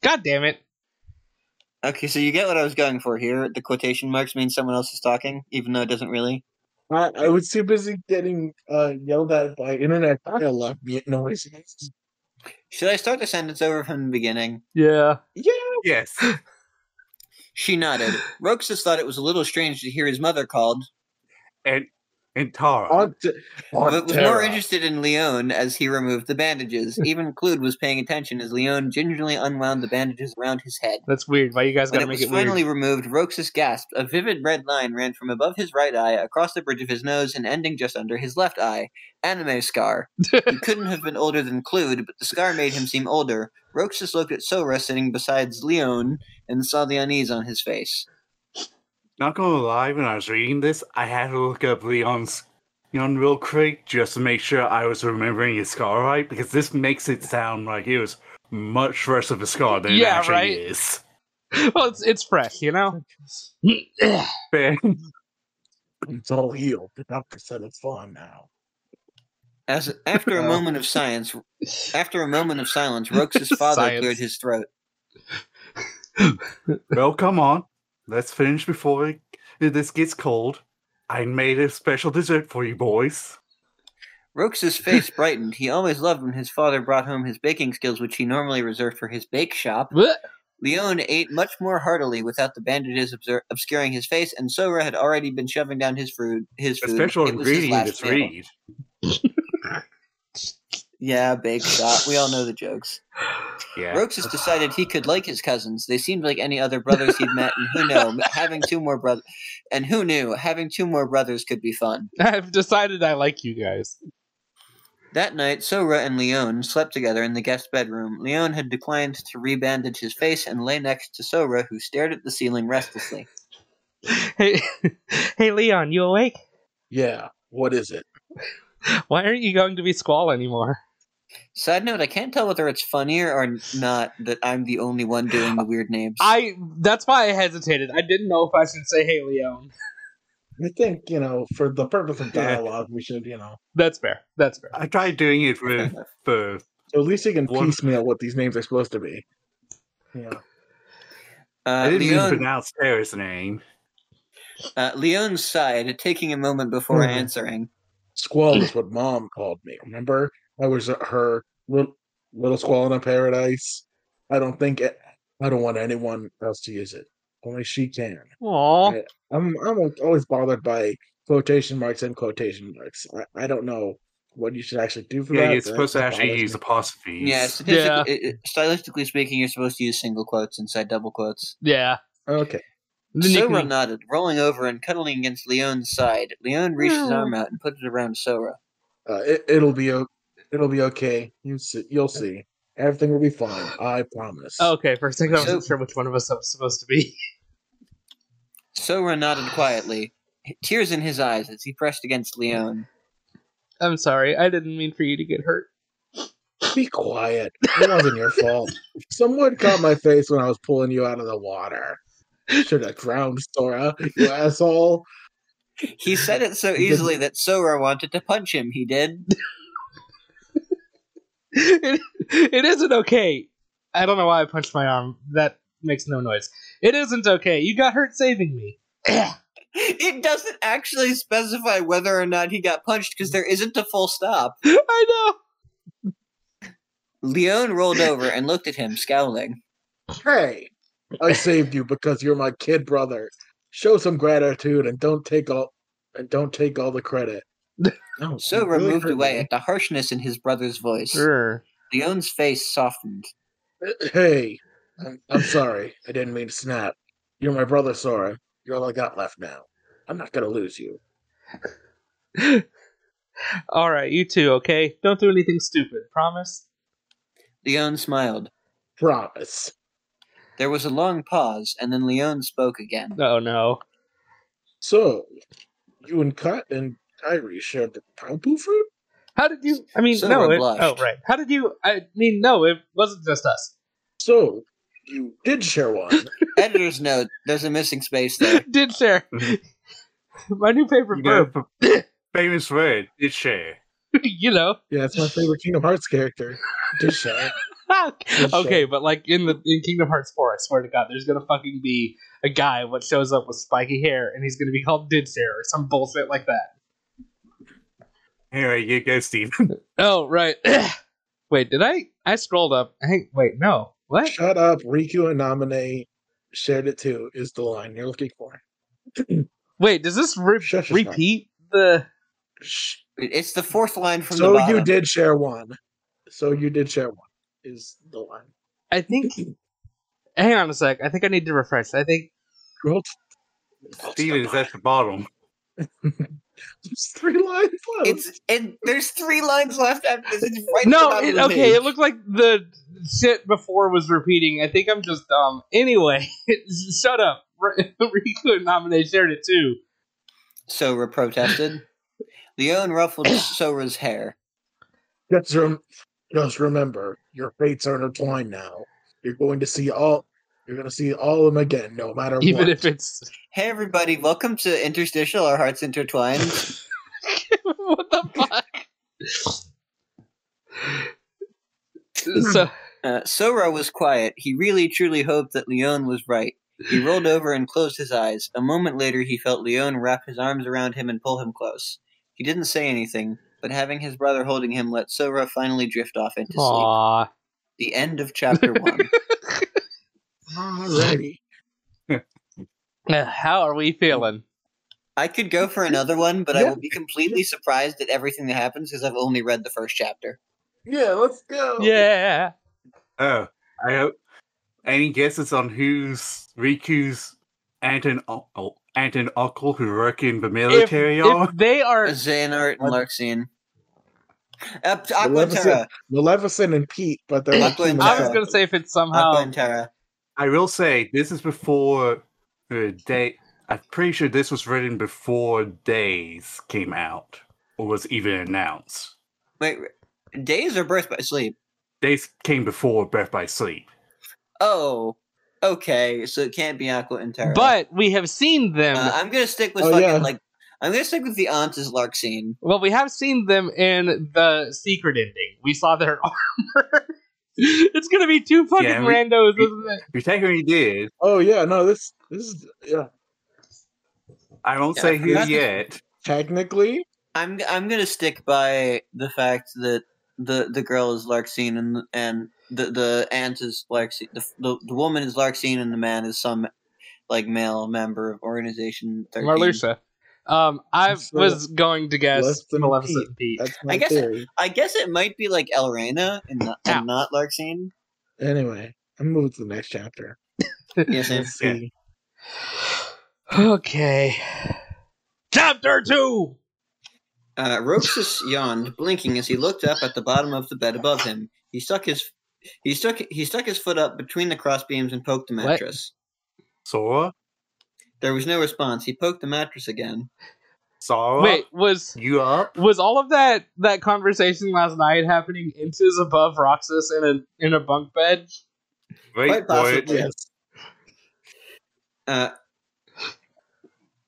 S5: God damn it.
S4: Okay, so you get what I was going for here. The quotation marks mean someone else is talking, even though it doesn't really.
S6: I, I was too busy getting uh, yelled at by internet dialogue mute noises.
S4: Should I start the sentence over from the beginning?
S5: Yeah.
S6: Yeah,
S7: Yes.
S4: She nodded. Roxas thought it was a little strange to hear his mother called,
S7: And and Tara.
S6: on, t- on
S4: but was more
S6: Terra.
S4: interested in Leon as he removed the bandages. Even Clued was paying attention as Leon gingerly unwound the bandages around his head.
S5: That's weird. Why you guys
S4: When
S5: gotta
S4: it
S5: make
S4: was
S5: it
S4: finally
S5: weird?
S4: removed, Roxas gasped. A vivid red line ran from above his right eye, across the bridge of his nose, and ending just under his left eye. Anime scar. he couldn't have been older than Clued, but the scar made him seem older. Roxas looked at Sora sitting beside Leon and saw the unease on his face.
S7: Not gonna lie, when I was reading this, I had to look up Leon's Leon real quick just to make sure I was remembering his scar right, because this makes it sound like it was much worse of a scar than it
S5: Yeah,
S7: actually
S5: right?
S7: is.
S5: well, it's it's fresh, you know.
S7: Fair.
S6: It's all healed. Not percent of fun now.
S4: As after a
S6: Oh.
S4: moment of silence, after a moment of silence, Roxas' father
S5: Science.
S4: cleared his throat.
S7: well, come on. Let's finish before it, this gets cold. I made a special dessert for you boys.
S4: Roxas' face brightened. He always loved when his father brought home his baking skills, which he normally reserved for his bake shop. Leone ate much more heartily without the bandages obser- obscuring his face, and Sora had already been shoving down his food. His
S7: A
S4: food.
S7: special
S4: It was his
S7: ingredient
S4: last
S7: is
S4: meal.
S7: read.
S4: Yeah, bake shop. We all know the jokes.
S7: Yeah.
S4: Roxas decided he could like his cousins. They seemed like any other brothers he'd met, and who know having two more brothers, and who knew having two more brothers could be fun.
S5: I've decided I like you guys.
S4: That night, Sora and Leone slept together in the guest bedroom. Leone had declined to rebandage his face and lay next to Sora, who stared at the ceiling restlessly.
S5: Hey, hey, Leon, you awake?
S6: Yeah, what is it?
S5: Why aren't you going to be Squall anymore?
S4: Side note, I can't tell whether it's funnier or not that I'm the only one doing the weird names.
S5: I. That's why I hesitated. I didn't know if I should say Hey, Leon.
S6: I think, you know, for the purpose of
S7: Yeah.
S6: dialogue, we should, you know.
S5: That's fair. That's fair.
S7: I tried doing it with for
S6: So at least you can
S7: One-
S6: piecemeal what these names are supposed to be. Yeah.
S4: Uh,
S7: I didn't even
S4: Leon,
S7: pronounce Sarah's name.
S4: uh, Leon sighed, taking a moment before
S6: Hmm.
S4: answering.
S6: Squall is what mom called me. Remember? I was uh, her little, little squall in a paradise. I don't think it, I don't want anyone else to use it. Only she can.
S5: Aw.
S6: I'm I'm always bothered by quotation marks and quotation marks. I, I don't know what you should actually do for
S7: Yeah,
S6: that.
S7: you're
S6: but
S7: supposed to
S6: that
S7: actually
S6: bothers
S7: use
S6: me.
S7: apostrophes.
S4: Yeah, statistically, it- it- stylistically speaking, you're supposed to use single quotes inside double quotes.
S5: Yeah.
S6: Okay.
S5: Then you
S4: Sora
S5: can-
S4: nodded, rolling over and cuddling against Leon's side. Leon reached his arm out and put it around Sora.
S6: Uh, it, it'll be o- it'll be okay. You see, you'll see. Everything will be fine. I promise.
S5: Okay, for a second I wasn't
S4: So-
S5: sure which one of us I was supposed to be.
S4: Sora nodded quietly, tears in his eyes as he pressed against Leon.
S5: I'm sorry, I didn't mean for you to get hurt.
S6: Be quiet. It wasn't your fault. Someone caught my face when I was pulling you out of the water. Should have drowned, Sora. You asshole.
S4: He said it so easily that Sora wanted to punch him. He did.
S5: It, it isn't okay. I don't know why I punched my arm. That makes no noise. It isn't okay. You got hurt saving me.
S4: It doesn't actually specify whether or not he got punched because there isn't a full stop.
S5: I
S4: Leon rolled over and looked at him, scowling.
S6: Hey, I saved you because you're my kid brother. Show some gratitude and don't take all and don't take all the credit. No, you
S4: Sora
S6: really
S4: moved
S6: hurt
S4: away
S6: me. Er.
S4: at the harshness in his brother's voice.
S5: know.
S4: Leon's face softened.
S6: Hey, I'm, I'm sorry. I didn't mean to snap. You're my brother, Sora. You're all I got left now. I'm not gonna lose you.
S5: All right, you too. Okay, don't do anything stupid. Promise.
S4: Leon smiled.
S6: Promise.
S4: There was a long pause, and then Leon spoke again.
S5: Oh no.
S6: So, you and Cut and Kyrie shared the Pampu fruit?
S5: How did you? I mean,
S4: So
S5: no. It,
S4: blushed.
S5: oh, right. How did you? I mean, no. It wasn't just us.
S6: So you did share one.
S4: Editor's note: There's a missing space there.
S5: Did share my new favorite
S7: You know,
S5: verb.
S7: f- famous word, it's share.
S5: you know.
S6: Yeah, it's my favorite Kingdom Hearts character. Did share.
S5: okay, but like in the in Kingdom Hearts four, I swear to God, there's gonna fucking be a guy what shows up with spiky hair, and he's gonna be called Did share or some bullshit like that.
S7: Anyway, you go, Steve.
S5: Oh right. wait, did I? I scrolled up. Hey, wait, no. What?
S6: Shut up, Riku and Namine shared it too is the line you're looking for.
S5: Wait, does this re-
S6: Shush is not-
S5: repeat the?
S6: Shh.
S4: It's the fourth line from the
S6: So
S4: bottom.
S6: you did share one. So you did share one is the line.
S5: I think. Hang on a sec. I think I need to refresh. I think
S6: Well,
S7: Steven is at the bottom.
S6: there's three lines left.
S4: It's and there's three lines left after this. It's right at the
S5: no.
S4: bottom
S5: It,
S4: of the
S5: okay, it
S4: page.
S5: looked like the shit before was repeating. I think I'm just dumb. Anyway, shut up. Re- Riku and Namine shared it too.
S4: Sora protested. Leone ruffled Sora's hair.
S6: Just, rem- just remember, your fates are intertwined now. You're going to see all. You're going to see all of them again, no matter
S5: Even
S6: what.
S5: if it's
S4: Hey everybody, welcome to Interstitial. Our hearts intertwined.
S5: what the fuck. so
S4: Uh, Sora was quiet. He really truly hoped that Leone was right. He rolled over and closed his eyes. A moment later, he felt Leone wrap his arms around him and pull him close. He didn't say anything, but having his brother holding him let Sora finally drift off into sleep.
S5: Aw.
S4: The end of chapter one.
S6: Alrighty.
S5: How are we feeling?
S4: I could go for another one, but I
S6: Yeah.
S4: will be completely surprised at everything that happens because I've only read the first chapter.
S6: Yeah, let's go.
S5: Yeah.
S7: Oh, I hope. Any guesses on who's Riku's aunt and, uncle, aunt and uncle who work in the
S5: If,
S7: military are?
S5: if they are
S4: Xehanort and Larxian. Uh, Aqua and Terra.
S6: Maleficent, Maleficent and Pete, but they're like
S4: I was
S5: I was
S6: humans.
S5: gonna say if it's
S4: Aqua
S5: somehow
S4: and Terra.
S7: I will say this is before uh, day. I'm pretty sure this was written before Days came out or was even announced.
S4: Wait, days or birth by sleep?
S7: Days came before Birth by Sleep.
S4: Oh, okay. So it can't be Aqua and Terra.
S5: but we have seen them
S4: Uh, I'm gonna stick with
S6: Oh,
S4: fucking
S6: yeah.
S4: like I'm gonna stick with the aunt as Lark scene.
S5: well we have seen them in the secret ending. We saw their armor. it's gonna be two fucking
S7: Yeah, we-
S5: randos,
S7: we-
S5: isn't it?
S7: You technically did.
S6: Oh yeah, no, this this is yeah.
S7: I won't
S4: Yeah,
S7: say
S4: I
S7: who
S4: forgot the-
S7: yet.
S6: Technically,
S4: I'm I'm gonna stick by the fact that the the girl is Lark scene and and the the aunt is Lark scene. The, the the woman is Lark scene and the man is some like male member of organization. 13.
S5: Marluxia. Um, I
S6: So,
S5: was going to guess
S6: uh, less than
S5: Maleficent and Pete.
S6: that's my
S4: I guess-
S6: theory.
S4: I guess it might be like Elrena and not,
S5: Ow.
S4: and not Lark scene.
S6: Anyway, I'm moving to the next chapter.
S4: Yes,
S6: Let's
S7: Yeah.
S6: see.
S5: Okay. Chapter two.
S4: Uh, Roxas yawned, blinking as he looked up at the bottom of the bed above him. He stuck his he stuck he stuck his foot up between the crossbeams and poked the
S5: What?
S4: mattress.
S7: Sora?
S4: There was no response. He poked the mattress again.
S7: Sora?
S5: Wait, was
S7: You up?
S5: was all of that that conversation last night happening inches above Roxas in a in a bunk bed?
S7: Wait
S4: Quite
S7: for it.
S4: possibly.
S6: Yes.
S4: Uh,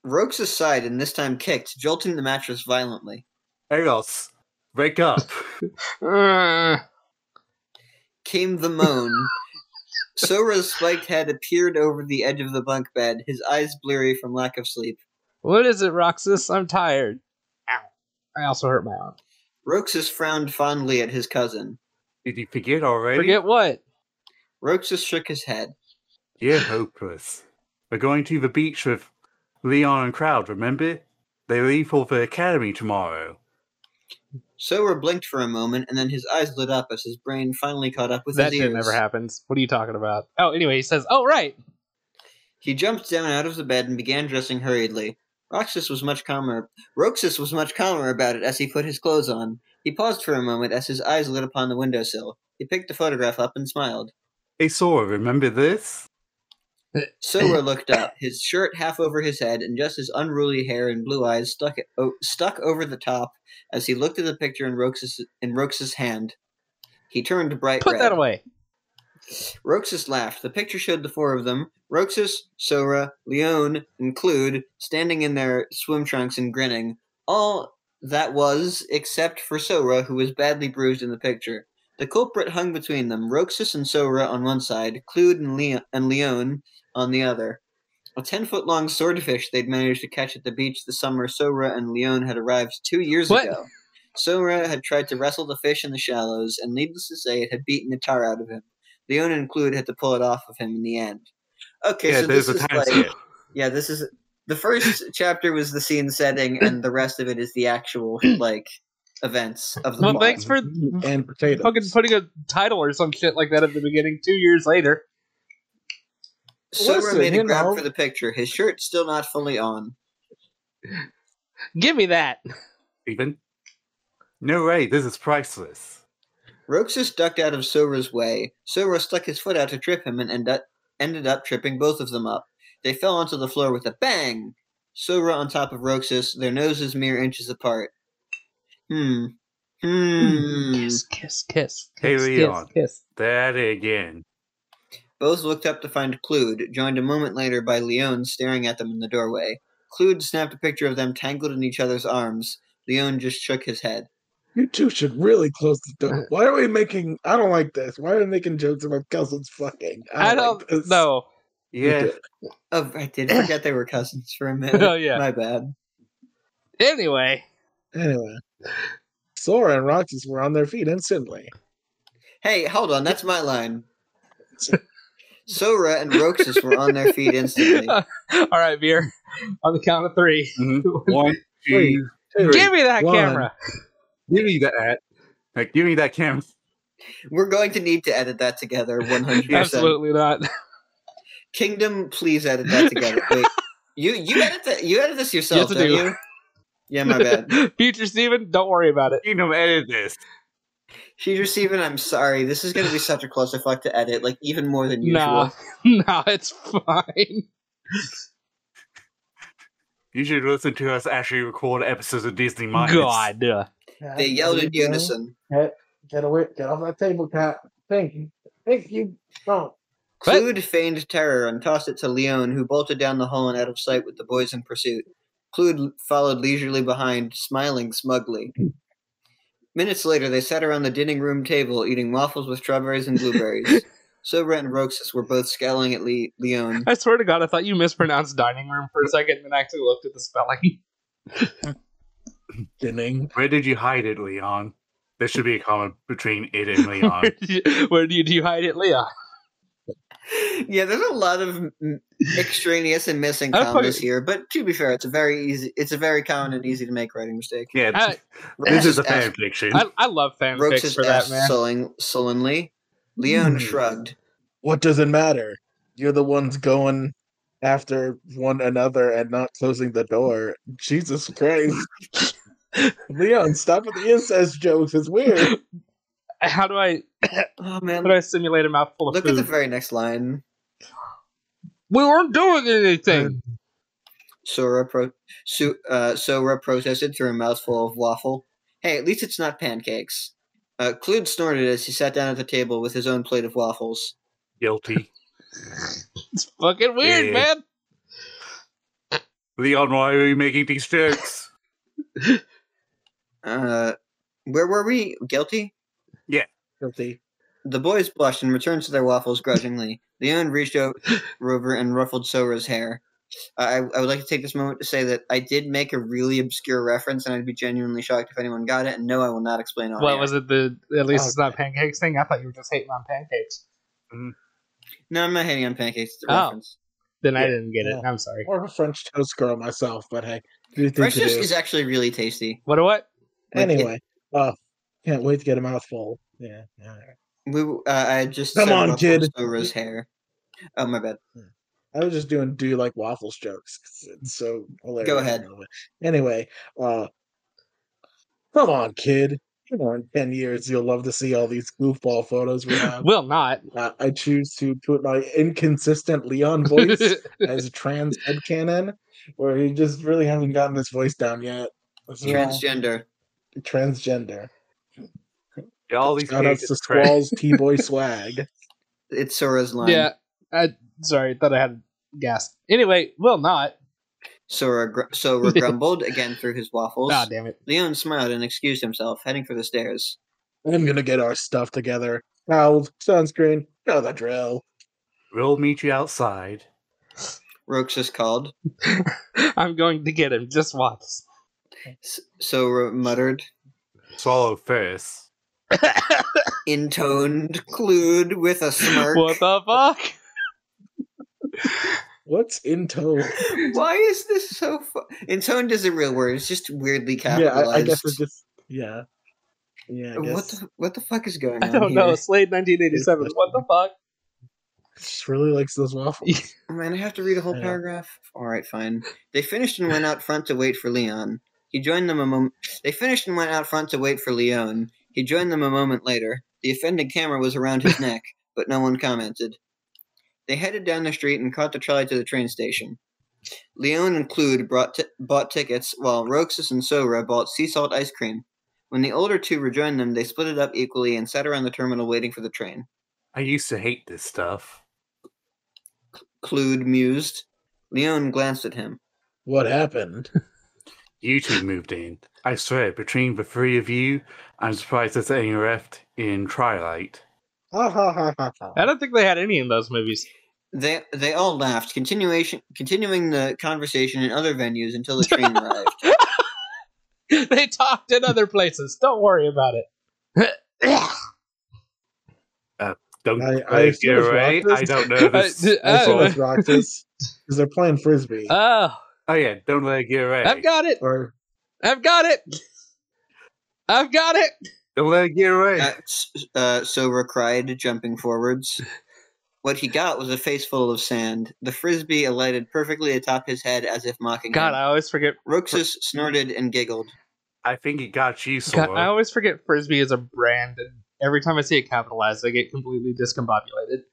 S4: Roxas sighed and this time kicked, jolting the mattress violently.
S7: Eros, wake up.
S5: Uh,
S4: Came the moan. Sora's spiked head appeared over the edge of the bunk bed, his eyes bleary from lack of sleep.
S5: what is it, Roxas? I'm tired. Ow! I also hurt my arm.
S4: Roxas frowned fondly at his cousin.
S7: Did you forget already?
S5: Forget what?
S4: Roxas shook his head.
S7: You're hopeless. We're going to the beach with Leon and Crowd, remember? They leave for the academy tomorrow.
S4: Sora blinked for a moment, and then his eyes lit up as his brain finally caught up with
S5: That
S4: his
S5: shit
S4: ears.
S5: never happens. What are you talking about? Oh, anyway, he says, "Oh right."
S4: He jumped down out of the bed and began dressing hurriedly. Roxas was much calmer. Roxas was much calmer about it as he put his clothes on. He paused for a moment as his eyes lit upon the windowsill. He picked the photograph up and smiled.
S7: Hey, Sora, remember this?
S4: Sora looked up, his shirt half over his head, and just his unruly hair and blue eyes stuck o- stuck over the top as he looked at the picture in Roxas in Roxas' hand. He turned bright
S5: Put
S4: red.
S5: that away.
S4: Roxas laughed. The picture showed the four of them Roxas, Sora, Leone, and Clued standing in their swim trunks and grinning. All that was, except for Sora, who was badly bruised in the picture. The culprit hung between them Roxas and Sora on one side, Clued and, Leo- and Leone on the other. A 10 foot long swordfish they'd managed to catch at the beach the summer Sora and Leone had arrived two years
S5: What?
S4: ago. Sora had tried to wrestle the fish in the shallows, and needless to say, it had beaten the tar out of him. Leon and Clued had to pull it off of him in the end. Okay,
S7: yeah,
S4: so
S7: there's
S4: this
S7: a
S4: is
S7: time
S4: like,
S7: skip.
S4: yeah, this is the first chapter was the scene setting, and the rest of it is the actual like events of the
S5: Well,
S4: plot.
S5: thanks for
S6: and potato.
S5: fucking putting a title or some shit like that at the beginning two years later.
S4: Sora
S6: Listen,
S4: made a
S6: you
S4: grab
S6: know.
S4: for the picture, his shirt still not fully on.
S5: Give me that.
S7: Even? No way, this is priceless.
S4: Roxas ducked out of Sora's way. Sora stuck his foot out to trip him and end up, ended up tripping both of them up. They fell onto the floor with a bang! Sora on top of Roxas, their noses mere inches apart. Hmm. Hmm.
S5: Kiss, kiss, kiss.
S7: Hey,
S5: kiss,
S7: Leon.
S5: Kiss, kiss.
S7: That again.
S4: Both looked up to find Clued, joined a moment later by Leone staring at them in the doorway. Clued snapped a picture of them tangled in each other's arms. Leone just shook his head.
S6: You two should really close the door. Why are we making? I don't like this. Why are we making jokes about cousins fucking?
S5: I
S6: like
S5: don't
S6: this.
S5: know.
S7: Yeah,
S4: Oh, I did forget they were cousins for a minute.
S5: Oh, yeah.
S4: My bad.
S5: Anyway,
S6: Anyway, Sora and Roxas were on their feet instantly.
S4: Hey, hold on, that's my line. Sora and Roxas were on their feet instantly.
S5: all right, beer. On the count of three,
S7: mhm. one,
S6: Wait,
S7: two,
S6: Two,
S5: give me that
S6: one.
S5: camera.
S7: give me that. Like, give me that camera.
S4: We're going to need to edit that together 100%.
S5: Absolutely not.
S4: Kingdom, please edit that together. Wait, you you edit that you edit this yourself,
S5: Yes, I
S4: don't
S5: do.
S4: you? Yeah, my bad.
S5: Future Steven, don't worry about it.
S7: You know, edit this.
S4: She's receiving. I'm sorry. This is going to be such a clusterfuck to edit, like even more than usual.
S5: No, no, it's fine.
S7: You should listen to us actually record episodes of Disney Minds.
S5: God, uh,
S4: They yelled in unison.
S6: Get away! Get off that table, cat. Thank you. Thank you. Oh.
S5: What?
S4: Clued feigned terror and tossed it to Leone, who bolted down the hall and out of sight with the boys in pursuit. Clued followed leisurely behind, smiling smugly. Minutes later, they sat around the dining room table, eating waffles with strawberries and blueberries. Sobra and Roxas were both scowling at Le- Leone.
S5: I swear to God, I thought you mispronounced dining room for a second, and actually looked at the spelling.
S6: Dinning.
S7: Where did you hide it, Leon? There should be a comment between it and Leon.
S5: Where do you, where do you, do you hide it, Leon?
S4: yeah, there's a lot of mm, extraneous and missing
S5: I
S4: commas
S5: fucking-
S4: here, but to be fair, it's a very easy, it's a very common and easy to make writing mistake.
S7: yeah,
S5: I,
S7: this is a
S4: Roxas
S7: fan
S4: asked-
S7: fiction.
S5: I, I love fanfics
S4: Roxas
S5: for that,
S4: asked
S5: man.
S4: sullen, sullenly. Leon
S6: Hmm.
S4: shrugged.
S6: What does it matter? You're the ones going after one another and not closing the door. Jesus Christ. Leon, stop with the incest jokes. It's weird.
S5: How do I
S4: Oh
S5: how
S4: man,
S5: do I simulate a mouthful of
S4: look at
S5: food?
S4: the very next line.
S5: we weren't doing anything.
S4: Sora, pro- Su- uh, Sora protested through a mouthful of waffle. Hey, at least it's not pancakes. Uh, Clued snorted as he sat down at the table with his own plate of waffles.
S7: Guilty.
S5: It's fucking weird,
S7: Yeah.
S5: man.
S7: Leon, why are you making these jokes?
S4: Uh, where were we? Guilty?
S6: Guilty.
S4: The boys blushed and returned to their waffles grudgingly. Leon reached o- over and ruffled Sora's hair. I, I would like to take this moment to say that I did make a really obscure reference, and I'd be genuinely shocked if anyone got it. And no, I will not explain on
S5: What
S4: air.
S5: was it? The at least
S4: Oh,
S5: it's not pancakes thing. I thought you were just hating on pancakes.
S4: No, I'm not hating on pancakes. It's a
S5: Oh.
S4: reference.
S5: Then I
S6: Yeah.
S5: didn't get it.
S6: Yeah.
S5: I'm sorry.
S6: More of a French toast girl myself, but hey. do you think
S4: French
S6: you
S4: toast
S6: do?
S4: is actually really tasty.
S5: What? What?
S4: Like, it-
S6: Anyway, uh, can't wait to get a mouthful. Yeah. yeah.
S4: we uh, I just
S6: Come
S4: said
S6: on,
S4: ruffled
S6: kid.
S4: Sora's hair. Oh my bad.
S6: I was just doing do you like waffles jokes. 'cause It's so hilarious.
S4: ahead.
S6: Anyway, uh, come on, kid. you know, in 10 years, you'll love to see all these goofball photos we have.
S5: Will not.
S6: Uh, I choose to put my inconsistent Leon voice as trans headcanon, where he just really hasn't gotten this voice down yet. This is all
S4: Transgender.
S6: transgender.
S7: All these
S6: Shout outs
S7: pages
S6: to
S7: crack.
S6: Squall's T Boy swag.
S4: It's Sora's line.
S5: yeah. I, sorry, thought I had a gas. Anyway, will not.
S4: Sora, gr- Sora grumbled again through his waffles.
S5: Ah, damn it.
S4: Leon smiled and excused himself, heading for the stairs.
S6: I'm gonna get our stuff together. Towels, sunscreen, know the drill.
S7: We'll meet you outside.
S4: Roxas called.
S5: I'm going to get him. Just watch.
S4: S- Sora muttered,
S7: Swallow first.
S4: intoned, clued with a smirk.
S5: What the fuck?
S6: What's in tow?
S4: Why is this so fu- Intoned is a real word. It's just weirdly
S6: Yeah,
S4: capitalized.
S6: I, I guess it's just yeah, yeah. I guess
S4: what the what the fuck is going
S5: I
S4: on?
S5: don't
S4: here?
S5: know. Slade 1987. What the fuck?
S6: just really likes those waffles.
S4: Man, I have to read a whole
S6: I know.
S4: paragraph. All right, fine. They finished and went out front to wait for Leon. He joined them a moment. They finished and went out front to wait for Leon. He joined them a moment later. The offended camera was around his neck, but no one commented. They headed down the street and caught the trolley to the train station. Leon and Clued brought t- bought tickets, while Roxas and Sora bought sea salt ice cream. When the older two rejoined them, they split it up equally and sat around the terminal waiting for the train.
S7: I used to hate this stuff.
S4: Clued mused. Leon glanced at him.
S6: What happened?
S7: You two moved in. I swear, between the three of you, I'm surprised there's any left in Twilight.
S6: Ha ha ha ha ha.
S5: I don't think they had any in those movies.
S4: They they all laughed, continuation continuing the conversation in other venues until the train arrived.
S5: they talked in other places. Don't worry about it.
S7: Don't
S6: I- I
S7: play
S6: still have
S7: away.
S6: watched
S7: I
S6: this.
S7: don't know this.
S5: d-
S6: I saw
S5: Oh.
S6: those Roxas because they're playing frisbee.
S5: oh,
S7: oh yeah, don't let it get away.
S5: I've got it.
S6: or
S5: I've got it. I've got it.
S7: Don't let it get away.
S4: Uh, s- uh, Sora cried, jumping forwards. What he got was a face full of sand. The frisbee alighted perfectly atop his head as if mocking
S5: God,
S4: him.
S5: I always forget.
S4: Roxas snorted and giggled.
S7: I think it got you,
S5: God, I
S7: Sora.
S5: always forget frisbee is a brand, and every time I see it capitalized, I get completely discombobulated.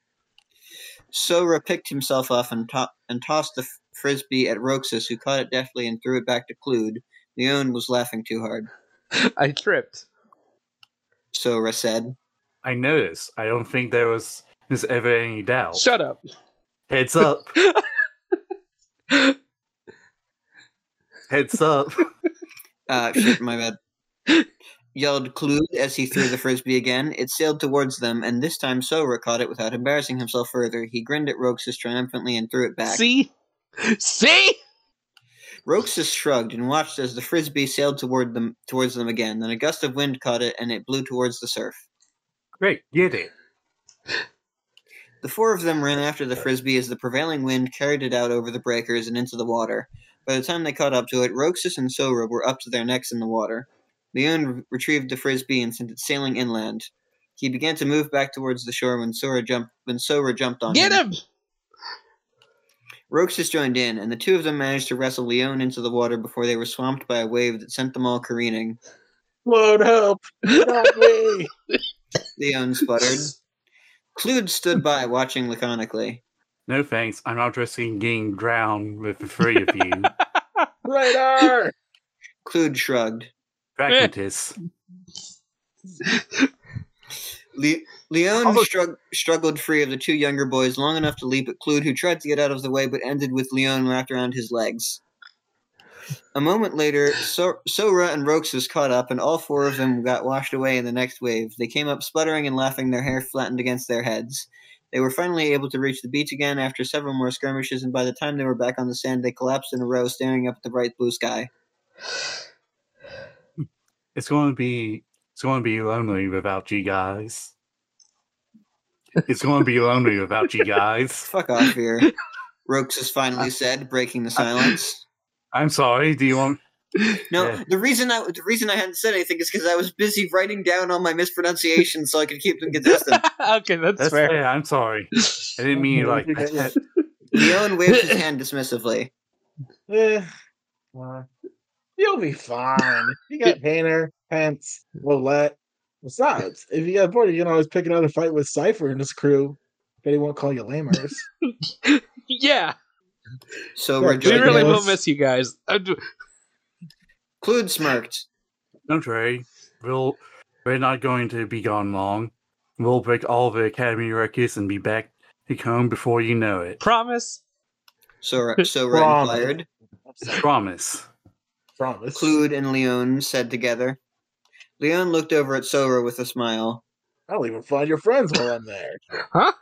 S4: Sora picked himself up and, to- and tossed the f- frisbee at Roxas, who caught it deftly and threw it back to Clued. Leon was laughing too hard.
S5: I tripped.
S4: Sora said.
S7: I, noticed. I don't think there was there's ever any doubt.
S5: Shut up.
S7: Heads up. Heads up.
S4: Uh, shit, my bad. Yelled Clued as he threw the frisbee again. It sailed towards them, and this time Sora caught it without embarrassing himself further. He grinned at Roxas triumphantly and threw it back.
S5: See? See?
S4: Roxas shrugged and watched as the frisbee sailed toward them towards them again. Then a gust of wind caught it, and it blew towards the surf.
S7: Great, get it.
S4: The four of them ran after the frisbee as the prevailing wind carried it out over the breakers and into the water. By the time they caught up to it, Roxas and Sora were up to their necks in the water. Leon re- retrieved the frisbee and sent it sailing inland. He began to move back towards the shore when Sora jumped when Sora jumped on
S5: Get
S4: him.
S5: him!
S4: Roxas joined in, and the two of them managed to wrestle Leon into the water before they were swamped by a wave that sent them all careening.
S6: Lord help, help me!
S4: Leon sputtered. Clued stood by, watching laconically.
S7: No thanks. I'm not interested in getting drowned with the three of you.
S6: Radar.
S4: Clued shrugged.
S7: Pragmatist.
S4: Le- Leon
S7: Although-
S4: strugg- struggled free of the two younger boys long enough to leap at Clued, who tried to get out of the way but ended with Leon wrapped around his legs. A moment later, so- Sora and Roxas caught up, and all four of them got washed away in the next wave. They came up sputtering and laughing, their hair flattened against their heads. They were finally able to reach the beach again after several more skirmishes, and by the time they were back on the sand, they collapsed in a row, staring up at the bright blue sky.
S7: It's going to be it's going to be lonely without you guys. It's going to be lonely without you guys.
S4: Fuck off here, Roxas finally said, breaking the silence.
S7: I'm sorry. Do you want?
S4: No,
S7: Yeah.
S4: the reason I the reason I hadn't said anything is because I was busy writing down all my mispronunciations so I could keep them consistent.
S5: okay, that's,
S7: That's
S5: fair.
S7: fair. I'm sorry. I didn't mean it like that.
S4: Leon waved his hand dismissively.
S6: Eh, uh, You'll be fine. You got Painter, Pence, Roulette. Besides, if you got bored, you can always pick another fight with Cypher and his crew. But he won't call you lamers.
S5: yeah,
S4: So
S6: Yeah,
S4: we're
S5: we
S4: doing
S5: really
S4: it.
S5: will
S6: Ridiculous.
S5: miss you guys. I do-
S4: Clued smirked.
S7: Don't worry. We'll, we're not going to be gone long. We'll break all the academy records and be back to home before you know it.
S5: Promise.
S4: So so Ren
S6: Wrong.
S4: inquired.
S7: Promise.
S6: Promise.
S4: Clued and Leon said together. Leon looked over at Sora with a smile.
S6: I'll even find your friends while I'm there.
S5: Huh?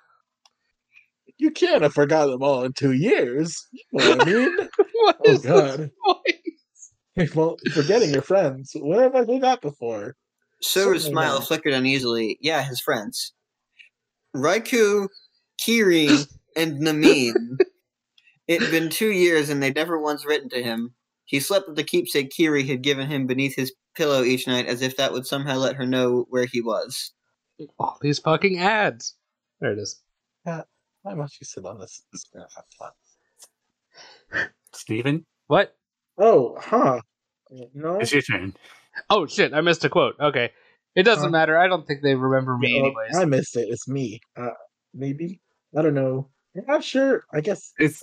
S6: You can't have forgotten them all in two years. You know what I mean?
S5: What
S6: Oh,
S5: is this
S6: God.
S5: voice?
S6: well, forgetting your friends. Where have I done that before?
S4: Sora's
S6: Certainly
S4: smile
S6: not.
S4: flickered uneasily. Yeah, his friends. Raikou, Kiri, and Namine. It'd been two years and they'd never once written to him. He slept with the keepsake Kiri had given him beneath his pillow each night as if that would somehow let her know where he was.
S5: All these fucking ads. There it is.
S6: Why must you sit on this?
S7: Stephen,
S5: What?
S6: Oh, huh. No.
S7: it's your turn.
S5: Oh shit! I missed a quote. Okay, it doesn't
S6: Huh?
S5: matter. I don't think they remember me
S6: Uh,
S5: anyways.
S6: I missed it. It's me. Uh, maybe. I don't know. I'm not sure. I guess.
S7: It's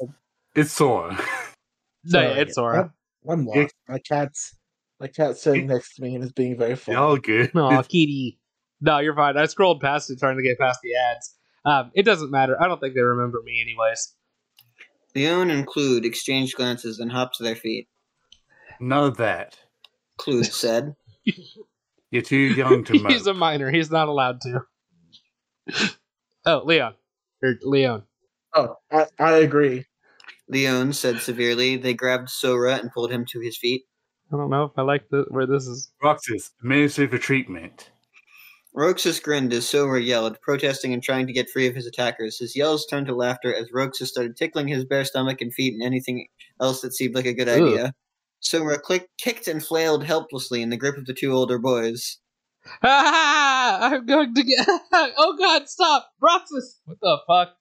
S7: it's Sora.
S5: no, yeah,
S6: sorry.
S5: it's Sora.
S6: I'm, I'm lost. My cat's my cat's sitting next to me and is being very funny.
S7: Y'all good.
S5: No,
S7: It's-
S5: Kitty. No, you're fine. I scrolled past it trying to get past the ads. Um, it doesn't matter. I don't think they remember me anyways.
S4: Leon and Clued exchanged glances and hopped to their feet.
S7: none of that.
S4: Clued said,
S7: You're too young to
S5: He's
S7: mope.
S5: a minor. He's not allowed to. oh, Leon. Or Leon.
S6: Oh, I, I agree.
S4: Leon said severely. They grabbed Sora and pulled him to his feet.
S5: I don't know if I like the, where this is.
S7: Roxas, minister for treatment.
S4: Roxas grinned as Sora yelled, protesting and trying to get free of his attackers. His yells turned to laughter as Roxas started tickling his bare stomach and feet and anything else that seemed like a good
S5: Ugh.
S4: idea. Sora click- kicked and flailed helplessly in the grip of the two older boys.
S5: Ah, I'm going to get. oh God! Stop, Roxas. What the fuck?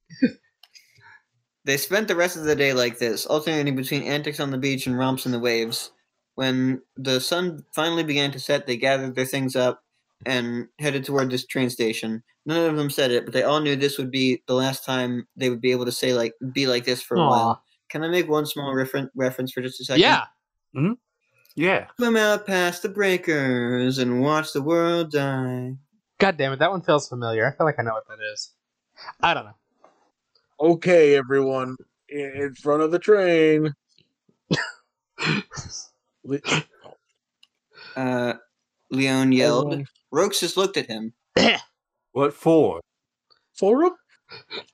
S4: They spent the rest of the day like this, alternating between antics on the beach and romps in the waves. When the sun finally began to set, they gathered their things up and headed toward this train station. None of them said it, but they all knew this would be the last time they would be able to say like be like this for a while. Can I make one small referen- reference for just a second?
S5: yeah.
S7: Yeah.
S4: Swim out past the breakers and watch the world die.
S5: God damn it! That one feels familiar. I feel like I know what that is. I don't know.
S6: Okay, everyone, in, in front of the train. Le-
S4: Uh, Leon yelled.
S6: everyone-
S4: Roxas looked at him.
S7: What for?
S6: for a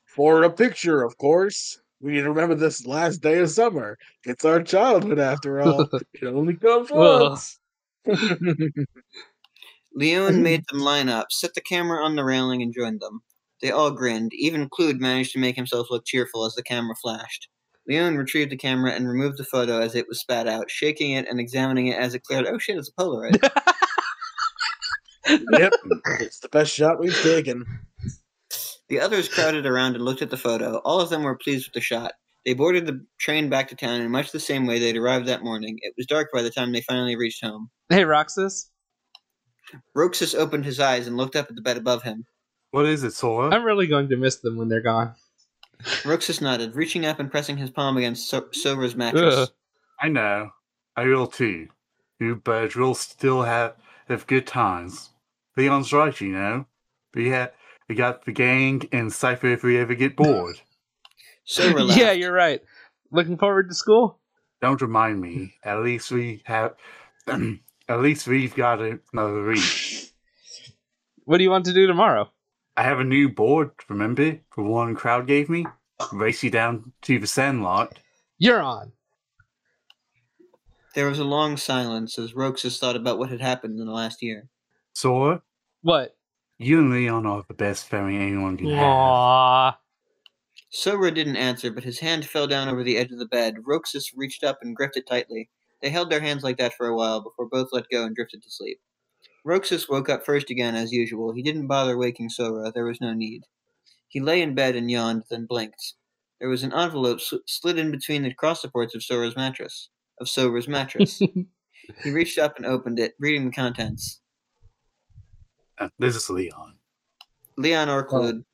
S6: for a picture, of course. We need to remember this last day of summer. It's our childhood, after all. it only comes
S5: Ugh.
S6: once. Wait,
S4: Leon made them line up, set the camera on the railing, and joined them. They all grinned. Even Clued managed to make himself look cheerful as the camera flashed. Leon retrieved the camera and removed the photo as it was spat out, shaking it and examining it as it cleared. Oh shit, it's a Polaroid.
S6: yep, it's the best shot we've taken.
S4: the others crowded around and looked at the photo. All of them were pleased with the shot. They boarded the train back to town in much the same way they'd arrived that morning. It was dark by the time they finally reached home.
S5: Hey, Roxas.
S4: Roxas opened his eyes and looked up at the bed above him.
S7: What is it, Sora?
S5: I'm really going to miss them when they're gone.
S4: Roxas nodded, reaching up and pressing his palm against so- Sora's mattress.
S5: Ugh.
S7: I know. I will too. You but we'll still have have good times. Leon's right, you know. We had we got the gang and Cypher if we ever get bored.
S4: Sora laughed.
S5: Yeah, you're right. Looking forward to school.
S7: Don't remind me. At least we have at least we've got another reach.
S5: What do you want to do tomorrow?
S7: I have a new board, remember? The one crowd gave me? Race you down to the sandlot.
S5: You're on.
S4: There was a long silence as Roxas thought about what had happened in the last year.
S7: Sora,
S5: What?
S7: you and Leon are the best family anyone can have.
S5: Aww.
S4: Sora didn't answer, but his hand fell down over the edge of the bed. Roxas reached up and gripped it tightly. They held their hands like that for a while before both let go and drifted to sleep. Roxas woke up first again, as usual. He didn't bother waking Sora, there was no need. He lay in bed and yawned, then blinked. There was an envelope sl- slid in between the cross supports of Sora's mattress. Of Sora's mattress. He reached up and opened it, reading the contents.
S7: Uh, this is Leon.
S4: Leon Orklud.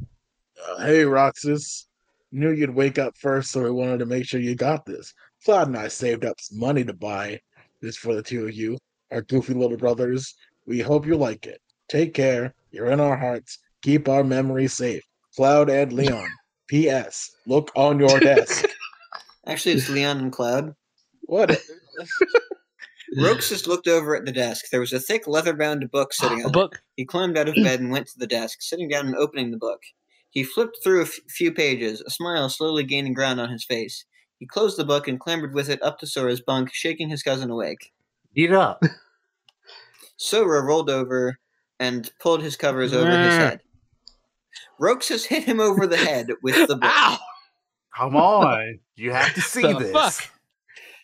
S6: Uh, hey, Roxas. Knew you'd wake up first, so we wanted to make sure you got this. Cloud and I saved up some money to buy this for the two of you, our goofy little brothers. We hope you like it. Take care. You're in our hearts. Keep our memories safe. Cloud and Leon. P.S. Look on your desk.
S4: Actually, it's Leon and Cloud.
S6: What?
S4: Rox just looked over at the desk. There was a thick leather-bound book sitting on
S5: a
S4: it.
S5: book.
S4: He climbed out of bed and went to the desk, sitting down and opening the book. He flipped through a f- few pages, a smile slowly gaining ground on his face. He closed the book and clambered with it up to Sora's bunk, shaking his cousin awake.
S7: Eat up.
S4: Sora rolled over and pulled his covers over his head. Roxas hit him over the head with the book.
S5: Ow!
S7: Come on. You have to see
S5: The
S7: this.
S5: fuck?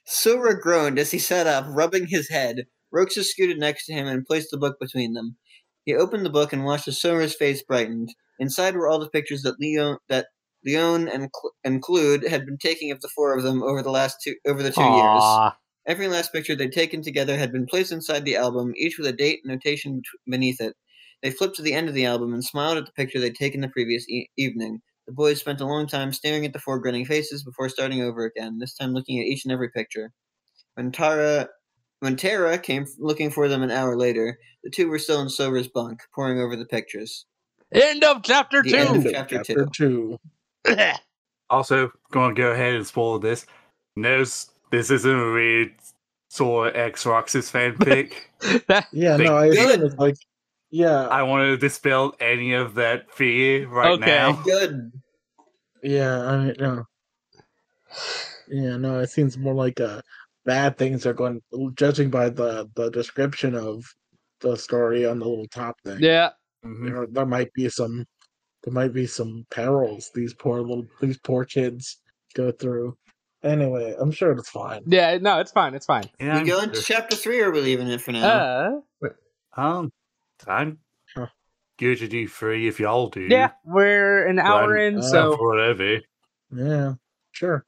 S4: Sora groaned as he sat up, rubbing his head. Roxas scooted next to him and placed the book between them. He opened the book and watched as Sora's face brightened. Inside were all the pictures that Leon that Leon and Cl- and Clued had been taking of the four of them over the last two over the two years.
S5: Aw.
S4: Every last picture they'd taken together had been placed inside the album, each with a date and notation bet- beneath it. They flipped to the end of the album and smiled at the picture they'd taken the previous e- evening. The boys spent a long time staring at the four grinning faces before starting over again, this time looking at each and every picture. When Tara, when Tara came f- looking for them an hour later, the two were still in Sober's bunk, poring over the pictures.
S5: End of chapter
S4: The
S5: two.
S4: end
S6: End
S4: of
S6: of
S4: chapter
S6: chapter two.
S7: Also, gonna go ahead and spoil this. No, s- this isn't a read Sora X Roxas fanfic.
S5: That-
S6: Yeah,
S7: They
S6: no, I
S4: did.
S6: assume it's like, yeah,
S7: I want to dispel any of that fear right
S5: Okay.
S7: now.
S4: Good.
S6: yeah, I mean, no, yeah, no. It seems more like uh, bad things are going, judging by the the description of the story on the little top thing.
S5: yeah.
S7: Mhm.
S6: there, there might be some, there might be some perils these poor little these poor kids go through. Anyway, I'm sure it's fine.
S5: Yeah. No, it's fine. It's fine.
S7: Yeah,
S4: We
S7: I'm
S4: go into chapter three, or we're leaving it for now.
S5: Uh,
S7: Um, I'm
S6: Huh.
S7: good to do free if y'all do.
S5: yeah. We're an hour
S7: Glad-
S5: in,
S6: uh,
S5: so
S7: Whatever.
S6: Yeah, sure.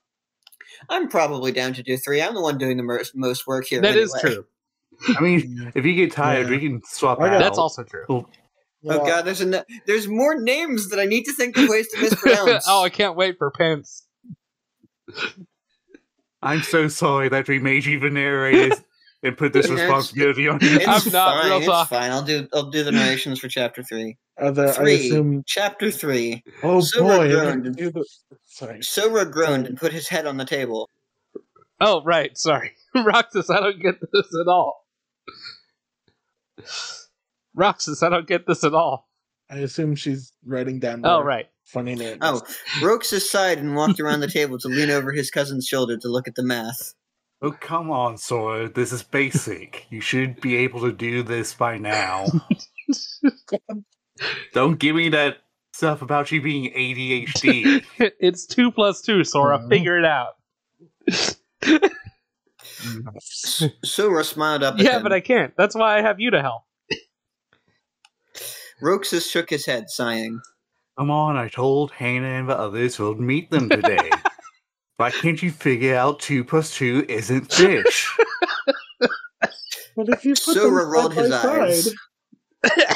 S4: I'm probably down to do three. I'm the one doing the mer- most work here.
S5: that is
S4: anyway.
S5: true.
S7: I mean,
S6: Yeah.
S7: if you get tired,
S6: Yeah.
S7: we can swap
S6: I
S7: out.
S6: got-
S5: That's also true.
S7: Well,
S4: Oh god, there's an, there's more names that I need to think of ways to mispronounce.
S5: oh, I can't wait for Pence.
S7: I'm so sorry that we made you the narrator and put this
S4: It's-
S7: responsibility on you.
S4: it's
S5: I'm not
S4: fine.
S5: real
S4: it's
S5: talk.
S4: fine. I'll do I'll do the narrations for chapter three.
S6: Are there? Uh, I
S4: Three.
S6: assume.
S4: Chapter three.
S6: Oh
S4: Silver
S6: boy! I
S4: ground.
S6: didn't do the- Sorry.
S4: Sora groaned and put his head on the table.
S5: Oh, right. Sorry, Roxas. I don't get this at all. Roxas, I don't get this at all.
S6: I assume she's writing down.
S5: Oh,
S6: their
S5: right.
S6: Funny names.
S4: Oh, Roxas sighed and walked around the table to lean over his cousin's shoulder to look at the math.
S7: Oh, come on, Sora. This is basic. You should be able to do this by now. Don't give me that stuff about you being ADHD.
S5: it's two plus two, Sora.
S6: Mhm.
S5: Figure it out.
S4: S- Sora smiled up at
S5: yeah,
S4: him.
S5: but I can't. That's why I have you to help.
S4: Roxas shook his head, sighing.
S7: Come on, I told Hannah and the others we'll meet them today. Why can't you figure out two plus two isn't fish?
S6: But if you put
S4: Sora
S6: them
S4: rolled
S6: side
S4: his
S6: by side,
S4: eyes.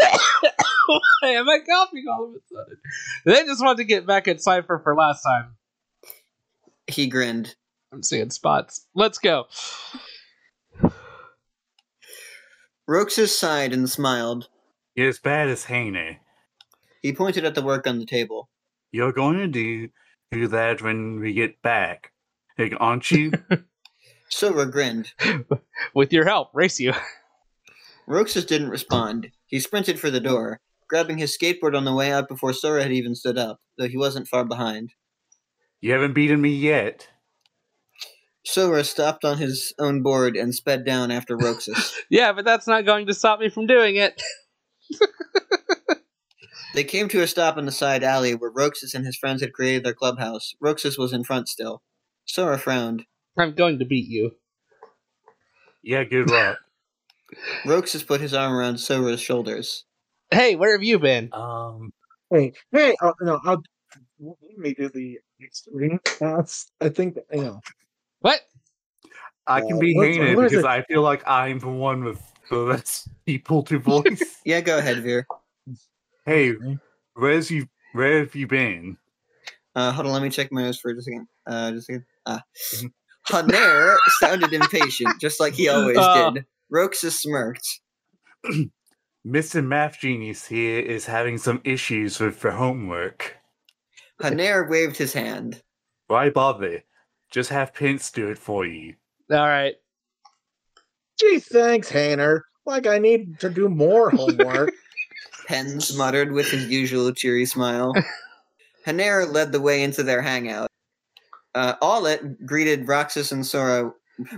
S5: Why am I coughing all of a sudden? They just want to get back at Cypher for last time.
S4: He grinned.
S5: I'm seeing spots. Let's go.
S4: Roxas sighed and smiled.
S7: You're as bad as Hannah.
S4: He pointed at the work on the table.
S7: You're going to do, do that when we get back. Like, aren't you?
S4: Sora grinned.
S5: With your help, race you.
S4: Roxas didn't respond. He sprinted for the door, grabbing his skateboard on the way out before Sora had even stood up, though he wasn't far behind.
S7: you haven't beaten me yet.
S4: Sora stopped on his own board and sped down after Roxas.
S5: Yeah, but that's not going to stop me from doing it.
S4: they came to a stop in the side alley where Roxas and his friends had created their clubhouse. Roxas was in front still. Sora frowned.
S5: I'm going to beat you.
S7: Yeah, good luck.
S4: Roxas put his arm around Sora's shoulders.
S5: Hey, where have you been?
S7: um,
S6: Hey, hey, oh, no, I'll let me do the extreme pass. I Mm-hmm. think you know.
S5: What?
S7: I can be
S6: Uh, what's-
S7: hated
S6: what is
S7: because
S6: it?
S7: I feel like I'm the one with the best people to voice.
S4: Yeah, go ahead, Veer.
S7: hey, where's you? Where have you been?
S4: Uh, hold on, let me check my nose for just a second. Uh, just a second. Ah. Haner sounded impatient, just like he always
S5: Ah.
S4: did. Roxa smirked.
S7: Mr. Math Genius here is having some issues with her homework.
S4: Haner waved his hand.
S7: Why bother? Just have Pince do it for you.
S5: All right.
S6: Gee, thanks, Hanner. Like I need to do more homework.
S4: Pens muttered with his usual cheery smile. Haner led the way into their hangout. Uh, Aulet greeted Roxas and Sora,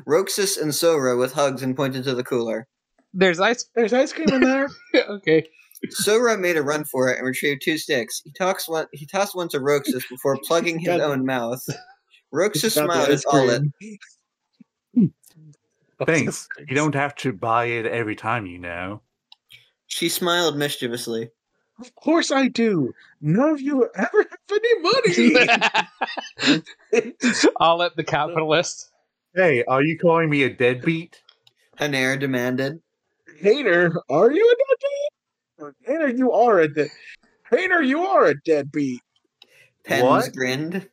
S4: Roxas and Sora with hugs and pointed to the cooler.
S5: There's ice.
S6: There's ice cream in there.
S5: okay.
S4: Sora made a run for it and retrieved two sticks. He talks one. He tossed one to Roxas before plugging his
S6: God-
S4: own mouth. Roxas
S6: Got the
S4: smiled at
S6: ice cream.
S4: Aulet.
S7: Thanks. You don't have to buy it every time, you know.
S4: She smiled mischievously.
S6: Of course I do. None of you ever have any money.
S5: I'll let the capitalist.
S7: Hey, are you calling me a deadbeat?
S4: Haner demanded.
S6: Hater, are you a deadbeat? Hater, you are a dead. Hater, you are a deadbeat.
S4: Pens
S7: What?
S4: grinned.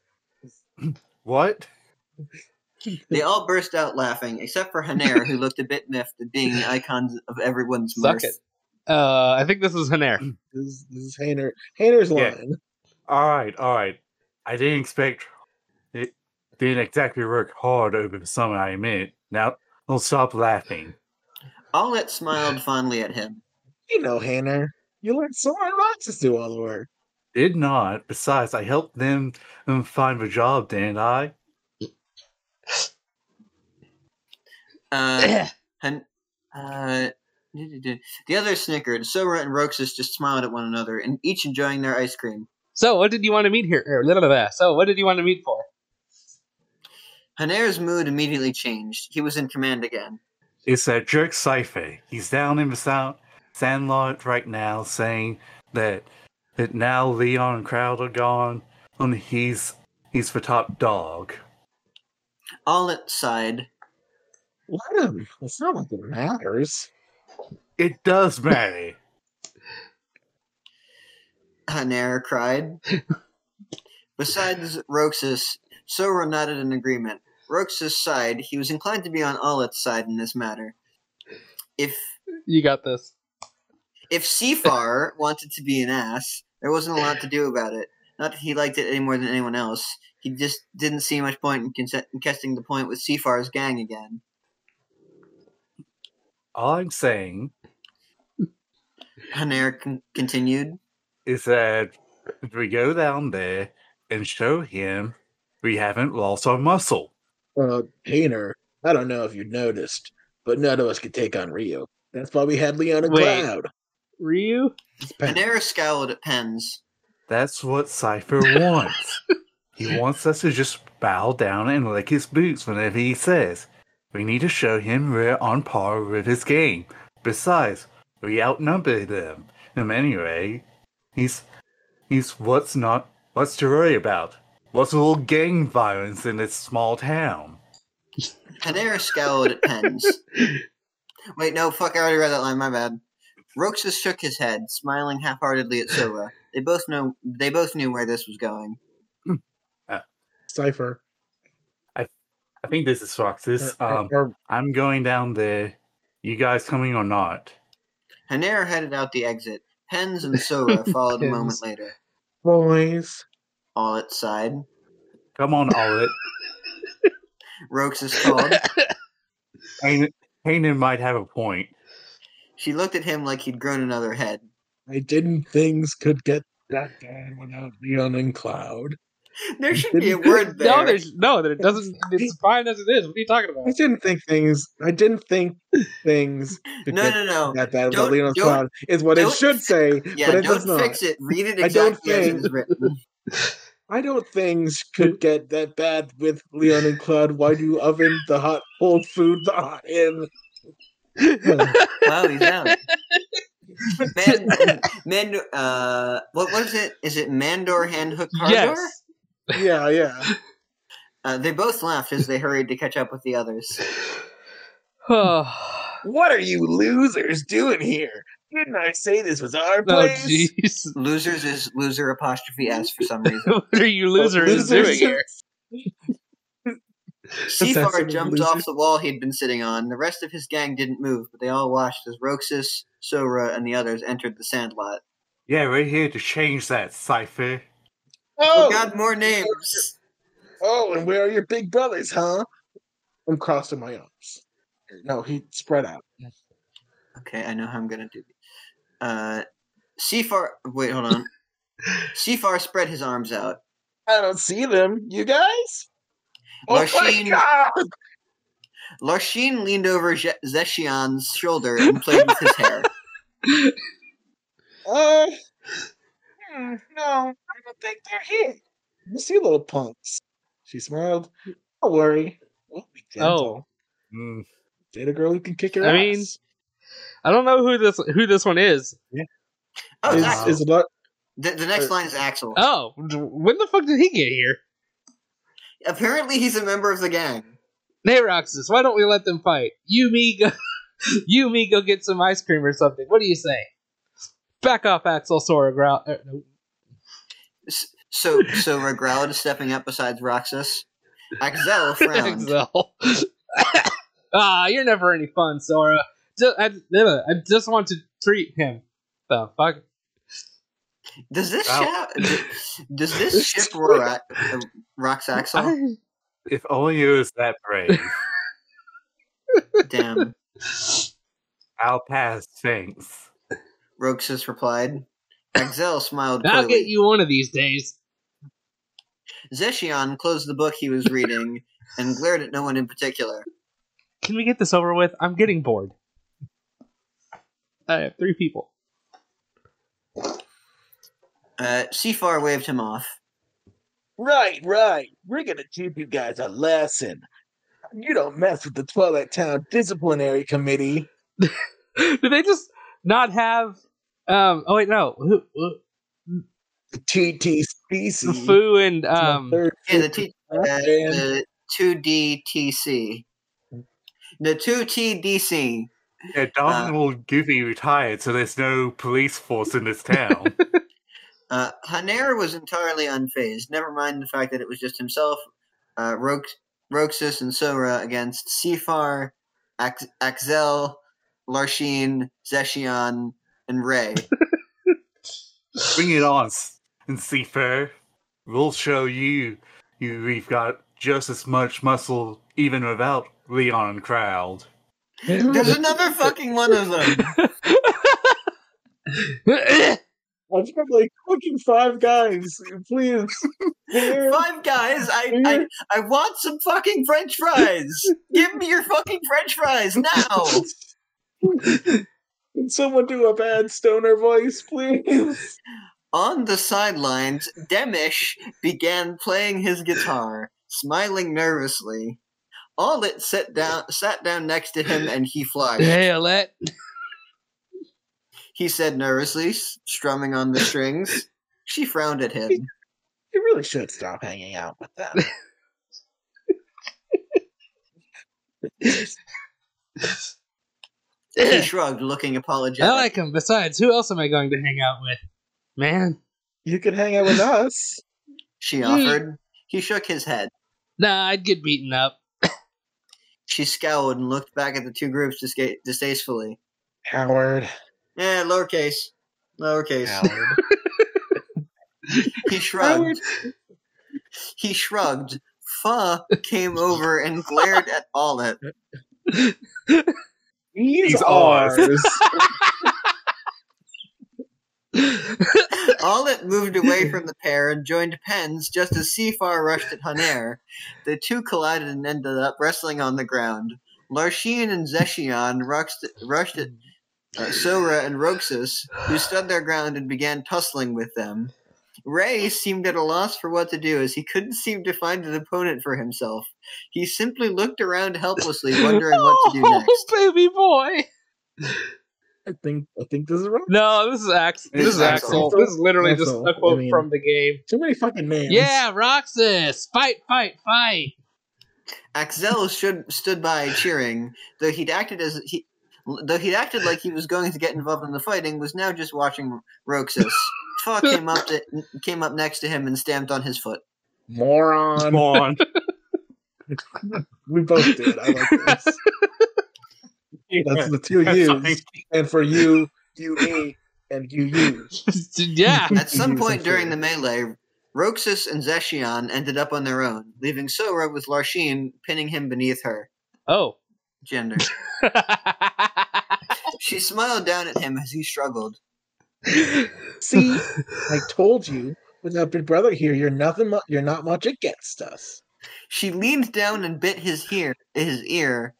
S7: What?
S4: They all burst out laughing, except for Haner, who looked a bit miffed at being the icons of everyone's
S5: Suck
S4: mirth.
S5: it. Uh, I think this is Hanair.
S6: This, is- this is Hater. Hater's
S7: Yeah.
S6: line.
S7: All right, all right. I didn't expect it. Didn't exactly work hard over the summer. I admit. Now, don't stop laughing.
S4: Aulet smiled fondly at him.
S6: You know, Hater. You let Sora and Roxas do all the work.
S7: Did not. Besides, I helped them um, find a job, didn't I?
S4: Uh, Hun- uh, the others snickered. Sora and Roxas just smiled at one another, and each enjoying their ice cream.
S5: so, what did you want to meet here? er, blah, blah, blah. So, what did you want to meet for?
S4: Haner's mood immediately changed. He was in command again.
S7: It's that jerk Cypher. He's down in the sound, sandlot right now saying that that now Leon and Crowd are gone and he's he's the top dog.
S4: Aulet sighed.
S6: Let him. It's not like it matters.
S7: It does matter.
S4: Haner cried. Besides Roxas, Sora nodded in agreement. Roxas sighed. He was inclined to be on Aulet's side in this matter. If
S5: You got this.
S4: If Seafar wanted to be an ass, there wasn't a lot to do about it. Not that he liked it any more than anyone else. He just didn't see much point in conse- contesting the point with Seafar's gang again.
S7: All I'm saying
S4: Haner con- continued.
S7: is that if we go down there and show him we haven't lost our muscle.
S6: Uh, Hater, I don't know if you noticed, but none of us could take on Rio. That's why we had Leon and
S5: Wait.
S6: Cloud.
S5: Ryu?
S6: It's bad.
S4: Haner scowled at Pens.
S7: That's what Cypher wants. he wants us to just bow down and lick his boots whenever he says. We need to show him we're on par with his game. Besides, we outnumber them. Him anyway. He's he's what's not what's to worry about. What's a little gang violence in this small town?
S4: Haner scowled at Pens. Wait, no, fuck, I already read that line, my bad. Roxas shook his head, smiling half-heartedly at Sora. They both know they both knew where this was going.
S6: Cypher.
S7: I think this is Fox's.
S6: Or- or-
S7: Um,
S6: or
S7: I'm going down there. You guys coming or not?
S4: Haner headed out the exit. Pens and Sora followed a moment later.
S6: boys.
S4: all its side.
S7: Come on, Olet.
S4: Roxas called.
S7: Kanan Kanan might have a point.
S4: she looked at him like he'd grown another head.
S6: I didn't things could get that bad without Leon and Cloud.
S4: There should be a word there.
S5: No, there's no. There doesn't. It's fine as it is. What are you talking
S6: I
S5: about?
S6: didn't think things. I didn't think things could
S4: no,
S6: get
S4: no, no.
S6: that bad
S4: Don't-
S6: without Leon and
S4: don't-
S6: Cloud. Is what it
S4: don't
S6: should say,
S4: Yeah,
S6: but it
S4: don't
S6: does not.
S4: fix it. Read it
S6: I don't
S4: exactly as it
S6: think-
S4: is written.
S6: I don't things could get that bad with Leon and Cloud. Why do you oven the hot cold food the hot in?
S4: Wow, he's out. Man, man, uh, what was it? Is it Mandor Handhook Cardor?
S5: Yes.
S6: yeah, yeah.
S4: Uh, they both laughed as they hurried to catch up with the others.
S5: oh,
S6: What are you losers doing here? Didn't I say this was
S5: Oh,
S6: our place?
S5: jeez.
S4: Losers is loser apostrophe s for some reason.
S5: what are you losers, doing here?
S4: Seafar
S6: absolute
S4: jumped
S6: loser.
S4: off the wall he'd been sitting on. The rest of his gang didn't move, but they all watched as Roxas, Sora, and the others entered the sandlot.
S7: Yeah, we're here to change that cipher.
S4: Oh,
S6: Oh,
S4: god, more names!
S6: oh, and where are your big brothers, huh? I'm crossing my arms. No, he spread out.
S4: Okay, I know how I'm gonna do this. Uh, Seafar. Wait, hold on. Seafar spread his arms out.
S6: I don't see them. You guys? Oh
S4: Machine-
S6: my god!
S4: Larshin leaned over Je- Zeshian's shoulder and played with his hair.
S6: Uh, hmm, no, I don't think they're here. You see, little punks. She smiled. Don't worry. We'll be gentle.
S5: Oh,
S7: Mm,
S6: Data girl who can kick your
S5: I
S6: ass.
S5: mean, I don't know who this who this one is.
S4: Oh,
S6: is,
S4: Zax-
S7: Axel.
S6: is a lot.
S4: the, the next line is Axel.
S5: Oh, when the fuck did he get here?
S4: Apparently, he's a member of the gang.
S5: Hey, Roxas, why don't we let them fight? You me go, you me go get some ice cream or something. What do you say? Back off, Axel Sora. Growl. er, no.
S4: S- So, so Regrowled is stepping up besides Roxas. Axel frowned.
S5: Axel. ah, you're never any fun, Sora. Just, I, I just want to treat him. The fuck.
S4: Does this
S7: Wow.
S4: ship? Does this ship roar at uh, Rox Axel?
S5: I-
S7: if only it was that brave.
S4: Damn.
S7: I'll pass, thanks.
S4: Roxas replied. Axel smiled
S5: I'll get
S4: coyly.
S5: you one of these days.
S4: Zeshion closed the book he was reading and glared at no one in particular.
S5: Can we get this over with? I'm getting bored. I have three people.
S4: Uh, Seafar waved him off.
S6: Right, right. We're gonna teach you guys a lesson. You don't mess with the Twilight Town Disciplinary Committee.
S5: Do they just not have? Um. Oh wait, no. Who? who-
S6: The TTCC.
S5: Fu and
S6: It's my
S5: um.
S6: third
S4: Yeah, the,
S6: favorite
S4: t- uh,
S6: band.
S4: the 2DTC. The 2TDC.
S7: Yeah,
S4: Uh
S7: Domino Goofy retired, so there's no police force in this town.
S4: Uh, Hanera was entirely unfazed, never mind the fact that it was just himself, uh, Rox- Roxas, and Sora against Sifar, Ax- Axel, Larshin, Zeshion, and Ray.
S7: Bring it on, S- and Seafarer. We'll show you, you we've got just as much muscle, even without Leon and Crowd.
S4: There's another fucking one of them.
S6: I'm like fucking five guys, please. Here.
S4: Five guys, I, I I want some fucking French fries. Give me your fucking French fries now.
S6: Can someone do a bad stoner voice, please?
S4: On the sidelines, Demish began playing his guitar, smiling nervously. All it sat down sat down next to him and he flushed.
S5: hey, Alette.
S4: He said nervously, s- strumming on the strings. She frowned at him.
S6: You really should stop hanging out with them.
S4: He shrugged, looking apologetic.
S5: I like him. Besides, who else am I going to hang out with? Man,
S6: you could hang out with us.
S4: she offered. He shook his head.
S5: nah, I'd get beaten up.
S4: She scowled and looked back at the two groups disga- distastefully.
S6: Howard.
S4: Eh, lowercase. Lowercase.
S6: Howard.
S4: He shrugged. He shrugged. Fa came over and glared at Olet.
S6: These
S7: These ours.
S6: ours.
S4: Olet moved away from the pair and joined Pens just as Seafar rushed at Haner. The two collided and ended up wrestling on the ground. Larshin and Zeshion rushed, rushed at uh, Sora and Roxas, who stood their ground and began tussling with them. Ray seemed at a loss for what to do as he couldn't seem to find an opponent for himself. He simply looked around helplessly, wondering what to do
S5: oh,
S4: next.
S5: baby boy.
S6: I think I think this is wrong.
S5: No, this is Axel.
S3: This is
S5: This, is Axel.
S6: Axel.
S5: This is literally
S6: Axel,
S5: just a quote
S6: I mean-
S5: from the game.
S6: Too many fucking names.
S5: Yeah, Roxas, fight, fight, fight.
S4: Axel should, stood by cheering, though he'd acted as he, though he'd acted like he was going to get involved in the fighting, was now just watching Roxas. Fa came up to, came up next to him and stamped on his foot.
S6: moron.
S7: on.
S6: We both did. I like this. That's the two
S7: Sorry.
S6: U's, and for you, you me, and you you.
S5: yeah.
S4: At some
S6: Yes,
S4: point
S6: I'm
S4: during
S6: sure.
S4: the melee, Roxas and Zeshion ended up on their own, leaving Sora with Larsheen pinning him beneath her.
S5: Oh.
S4: Gender. she smiled down at him as he struggled.
S6: See, I told you without Big Brother here, you're nothing. Mu- you're not much against us.
S4: She leaned down and bit his ear. His ear.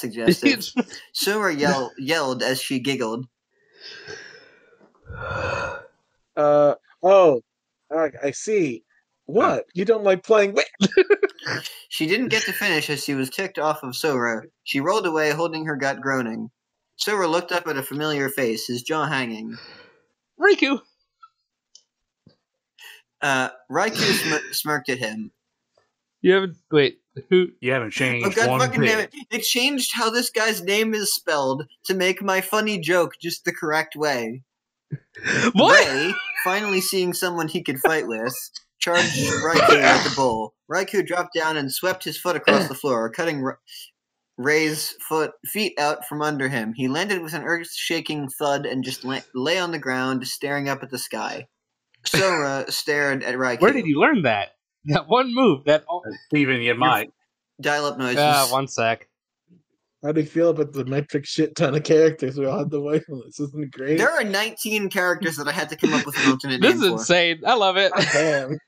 S4: suggestive.
S5: It's-
S4: Sora yell, yelled as she giggled.
S6: Uh oh, I, I see. What you don't like playing? Wait,
S4: She didn't get to finish as she was kicked off of Sora. She rolled away, holding her gut groaning. Sora looked up at a familiar face, his jaw hanging.
S5: Riku.
S4: Uh, Raikou sm- smirked at him.
S5: You haven't. Wait. Who?
S7: You haven't
S4: Oh
S7: changed
S4: god
S7: one
S4: fucking damn
S7: bit.
S4: it. They changed how this guy's name is spelled to make my funny joke just the correct way.
S5: What?
S4: Ray, finally seeing someone he could fight with, charged Raikou at the bull. Raikou dropped down and swept his foot across the floor, cutting Ra- Ray's foot feet out from under him. He landed with an earth-shaking thud and just la- lay on the ground, staring up at the sky. Sora stared at Raikou.
S5: Where did you learn that? That one move. That. Oh,
S7: Even you might.
S4: Dial-up noises.
S5: Ah, one sec.
S6: how do you feel about the metric shit ton of characters we all had to wait for? This isn't it great.
S4: There are 19 characters that I had to come up with an alternate
S5: This
S4: name
S5: is
S4: for.
S5: insane. I love it.
S6: God damn.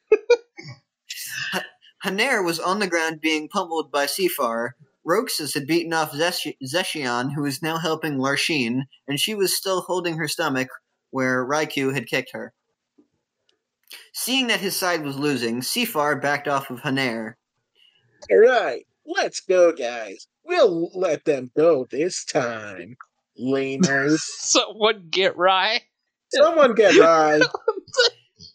S4: Haner was on the ground being pummeled by Sifar. Roxas had beaten off Zesh- Zeshion, who was now helping Larsheen, and she was still holding her stomach where Raikou had kicked her. Seeing that his side was losing, Sifar backed off of Haner.
S6: All right, let's go, guys. We'll let them go this time, laners.
S5: Someone get right.
S6: Someone get by.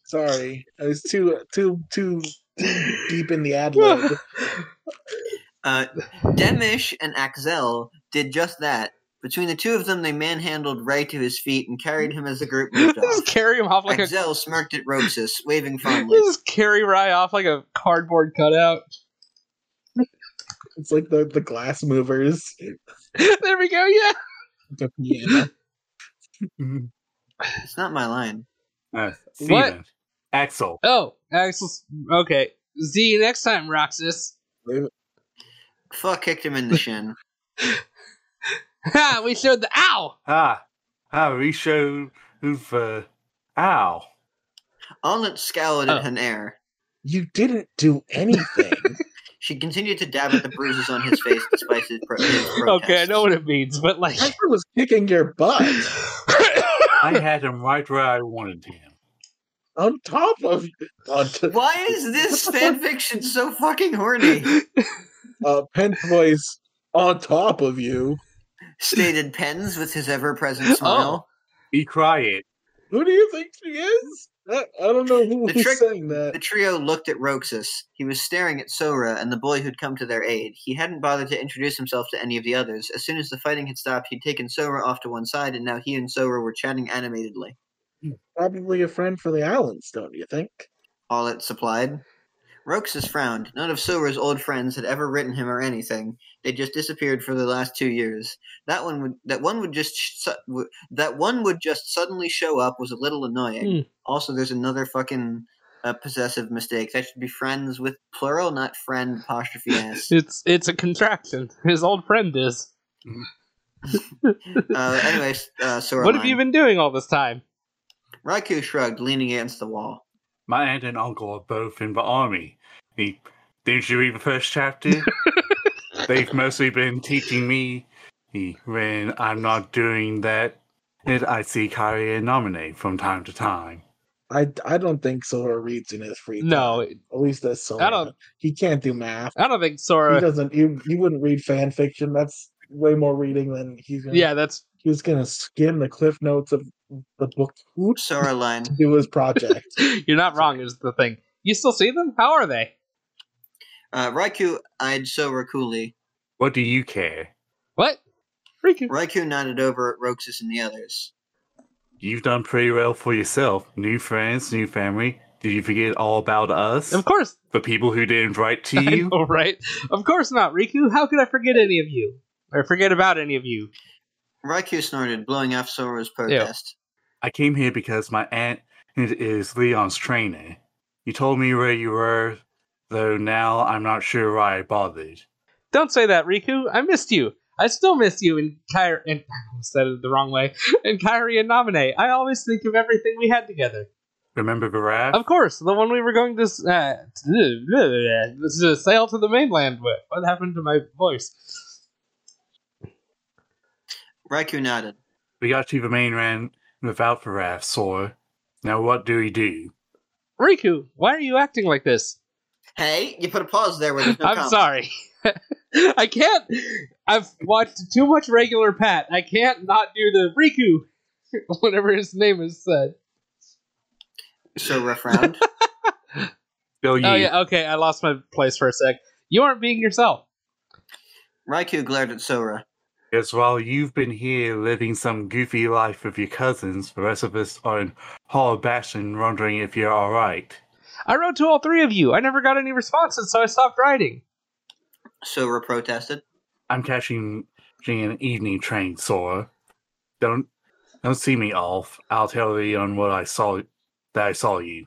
S6: Sorry, I was too too too deep in the ad lib.
S4: Uh, Demish and Axel did just that. Between the two of them, they manhandled Ray to his feet and carried him as the group moved off.
S5: Just carry him off like a.
S4: Axel smirked at Roxas, waving fondly.
S5: Just carry Rye off like a cardboard cutout.
S6: It's like the the glass movers.
S5: there we go. Yeah.
S6: The piano.
S4: It's not my line.
S7: Uh,
S5: What?
S7: Steven. Axel.
S5: Oh, Axel's. Okay. See you next time, Roxas.
S4: Fa kicked him in the shin.
S5: Ha! We showed the ow.
S7: Ah. Ah, we showed who've. Uh, ow.
S4: Alnit scowled at
S5: Oh.
S4: Haner.
S6: You didn't do anything.
S4: She continued to dab at the bruises on his face despite his, pro- his protests.
S5: Okay, I know what it means, but like.
S6: I was kicking your butt
S7: I had him right where I wanted him.
S6: on top of on t-
S4: Why is this fanfiction so fucking horny?
S6: uh, Pent voice on top of you.
S4: Stated Pens with his
S5: Oh.
S4: ever-present smile.
S7: He cried.
S6: Who do you think she is? I, I don't know who
S4: The
S6: was
S4: trick-
S6: saying that.
S4: The trio looked at Roxas. He was staring at Sora and the boy who'd come to their aid. He hadn't bothered to introduce himself to any of the others. As soon as the fighting had stopped, he'd taken Sora off to one side, and now he and Sora were chatting animatedly.
S6: Probably a friend for the Allens, don't you think?
S4: all it supplied. Roxas frowned. None of Sora's old friends had ever written him or anything. They just disappeared for the last two years. That one would that one would just sh- su- w- that one would just suddenly show up was a little annoying.
S5: Hmm.
S4: Also, there's another fucking uh, possessive mistake. That should be friends with plural, not friend apostrophe s.
S5: It's it's a contraction. His old friend is.
S4: uh, anyways, uh, Sora.
S5: What have you been
S4: lied.
S5: doing all this time?
S4: Raikou shrugged, leaning against the wall.
S7: My aunt and uncle are both in the army. He, didn't you read the first chapter? They've mostly been teaching me the, when I'm not doing that. And I see Kyrie and nominate from time to time.
S6: I, I don't think Sora reads in his free time.
S5: No,
S6: At least that's Sora.
S5: don't-
S6: He can't do math.
S5: I don't think
S6: He
S5: Sora.
S6: doesn't. You you wouldn't read fan fiction. That's way more reading than he's gonna.
S5: Yeah, that's
S6: he was gonna skim the cliff notes of the book to
S4: Sora line.
S6: do his project.
S5: you're not wrong. Is the thing you still see them? How are they?
S4: Uh, Raikou eyed Sora coolly.
S7: What do you care?
S5: What? Riku.
S4: Raikou nodded over at Roxas and the others.
S7: You've done pretty well for yourself. New friends, new family. Did you forget all about us?
S5: Of course.
S7: The people who didn't write to
S5: I
S7: you?
S5: know, right? Of course not, Riku. How could I forget any of you? Or forget about any of you?
S4: Raikou snorted, blowing off Sora's protest.
S7: I came here because my aunt is Leon's trainer. You told me where you were, though now I'm not sure why I bothered.
S5: Don't say that, Riku. I missed you. I still miss you in Kyrie. And I said it the wrong way. In Kyrie and Nominee. I always think of everything we had together.
S7: Remember Garab?
S5: Of course, the one we were going to s- uh, this is a sail to the mainland with. What happened to my voice?
S4: Raikou nodded.
S7: we got to the mainland without Garab, Sora. Now what do we do?
S5: Riku, why are you acting like this?
S4: Hey, you put a pause there where there's no
S5: I'm
S4: comma.
S5: sorry. I can't. I've watched too much regular Pat. I can't not do the Riku, whatever his name is said.
S4: Sora frowned.
S7: Bill Yee.
S5: Oh yeah, okay. I lost my place for a sec. You aren't being yourself.
S4: Raikou glared at Sora.
S7: Because while you've been here living some goofy life with your cousins, the rest of us are in Hollabashin wondering if you're alright.
S5: I wrote to all three of you. I never got any responses, so I stopped writing.
S4: Sora protested.
S7: I'm catching an evening train, Sora. Don't don't see me off. I'll tell you on what I saw that I saw you.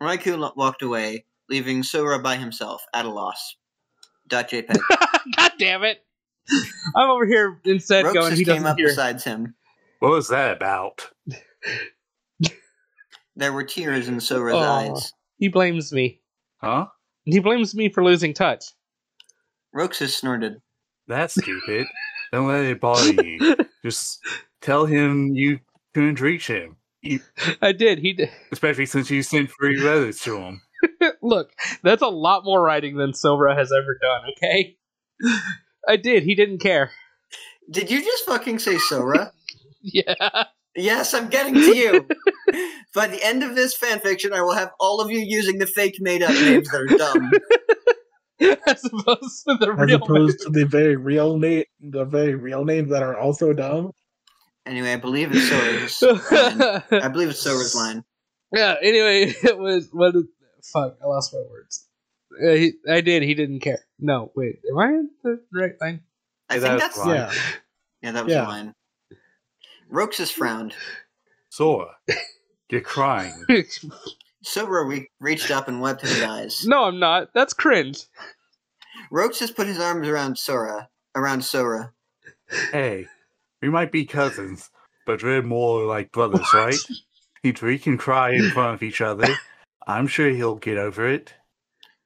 S4: Raikou lo- walked away, leaving Sora by himself, at a loss. Dot E JPEG.
S5: God damn it! I'm over here instead going.
S4: Roxas
S5: He
S4: came
S5: doesn't
S4: up
S5: hear.
S4: besides him.
S7: What was that about?
S4: There were tears in Sora's
S5: Aw.
S4: eyes.
S5: He blames me.
S7: Huh?
S5: He blames me for losing touch.
S4: Roxas snorted.
S7: That's stupid. don't let it bother you. Just tell him you couldn't reach him. You-
S5: I did. He did.
S7: especially since you sent free letters to him.
S5: Look, that's a lot more writing than Sora has ever done. Okay. I did. He didn't care.
S4: Did you just fucking say Sora?
S5: Yeah.
S4: yes, I'm getting to you. By the end of this fanfiction, I will have all of you using the fake made up names that are dumb.
S5: As opposed to the
S6: As
S5: real.
S6: opposed to the very real name, the very real names that are also dumb.
S4: Anyway, I believe it's Sora's line.
S6: um,
S5: man.
S4: I believe it's Sora's line.
S5: yeah. Anyway, it was what? is- Fuck! I lost my words. Uh, he, I did. He didn't care. No, wait. Am I in the right thing?
S4: I
S7: Yeah,
S4: think
S7: that's
S4: that's
S7: Fine.
S6: Yeah,
S4: yeah, that was
S6: Yeah.
S4: mine. Roxas frowned.
S7: Sora, you're crying.
S4: Sora re- reached up and wiped his eyes.
S5: no, I'm not. That's cringe.
S4: Roxas put his arms around Sora, around Sora.
S7: Hey, we might be cousins, but we're more like brothers, right? If we can cry in front of each other, I'm sure he'll get over it.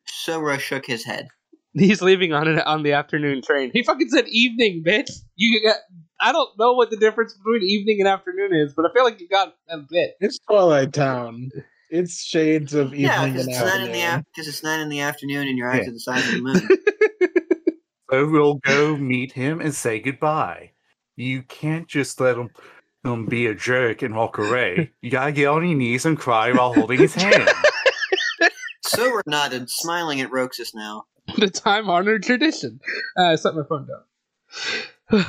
S4: Sora shook his head.
S5: He's leaving on an, on the afternoon train. He fucking said evening, bitch. You got. I don't know what the difference between evening and afternoon is, but I feel like you got a bit.
S6: it's Twilight Town. It's shades of evening
S4: yeah, because
S6: and
S4: it's nine in the
S6: afternoon.
S4: af- cause it's nine in the afternoon, and your eyes
S7: Yeah.
S4: are the size of the moon.
S7: So we'll go meet him and say goodbye. You can't just let him, him be a jerk and walk away. You gotta get on your knees and cry while holding his hand.
S4: Sora nodded, smiling at Roxas now.
S5: The time honored tradition. Uh, I set my phone down.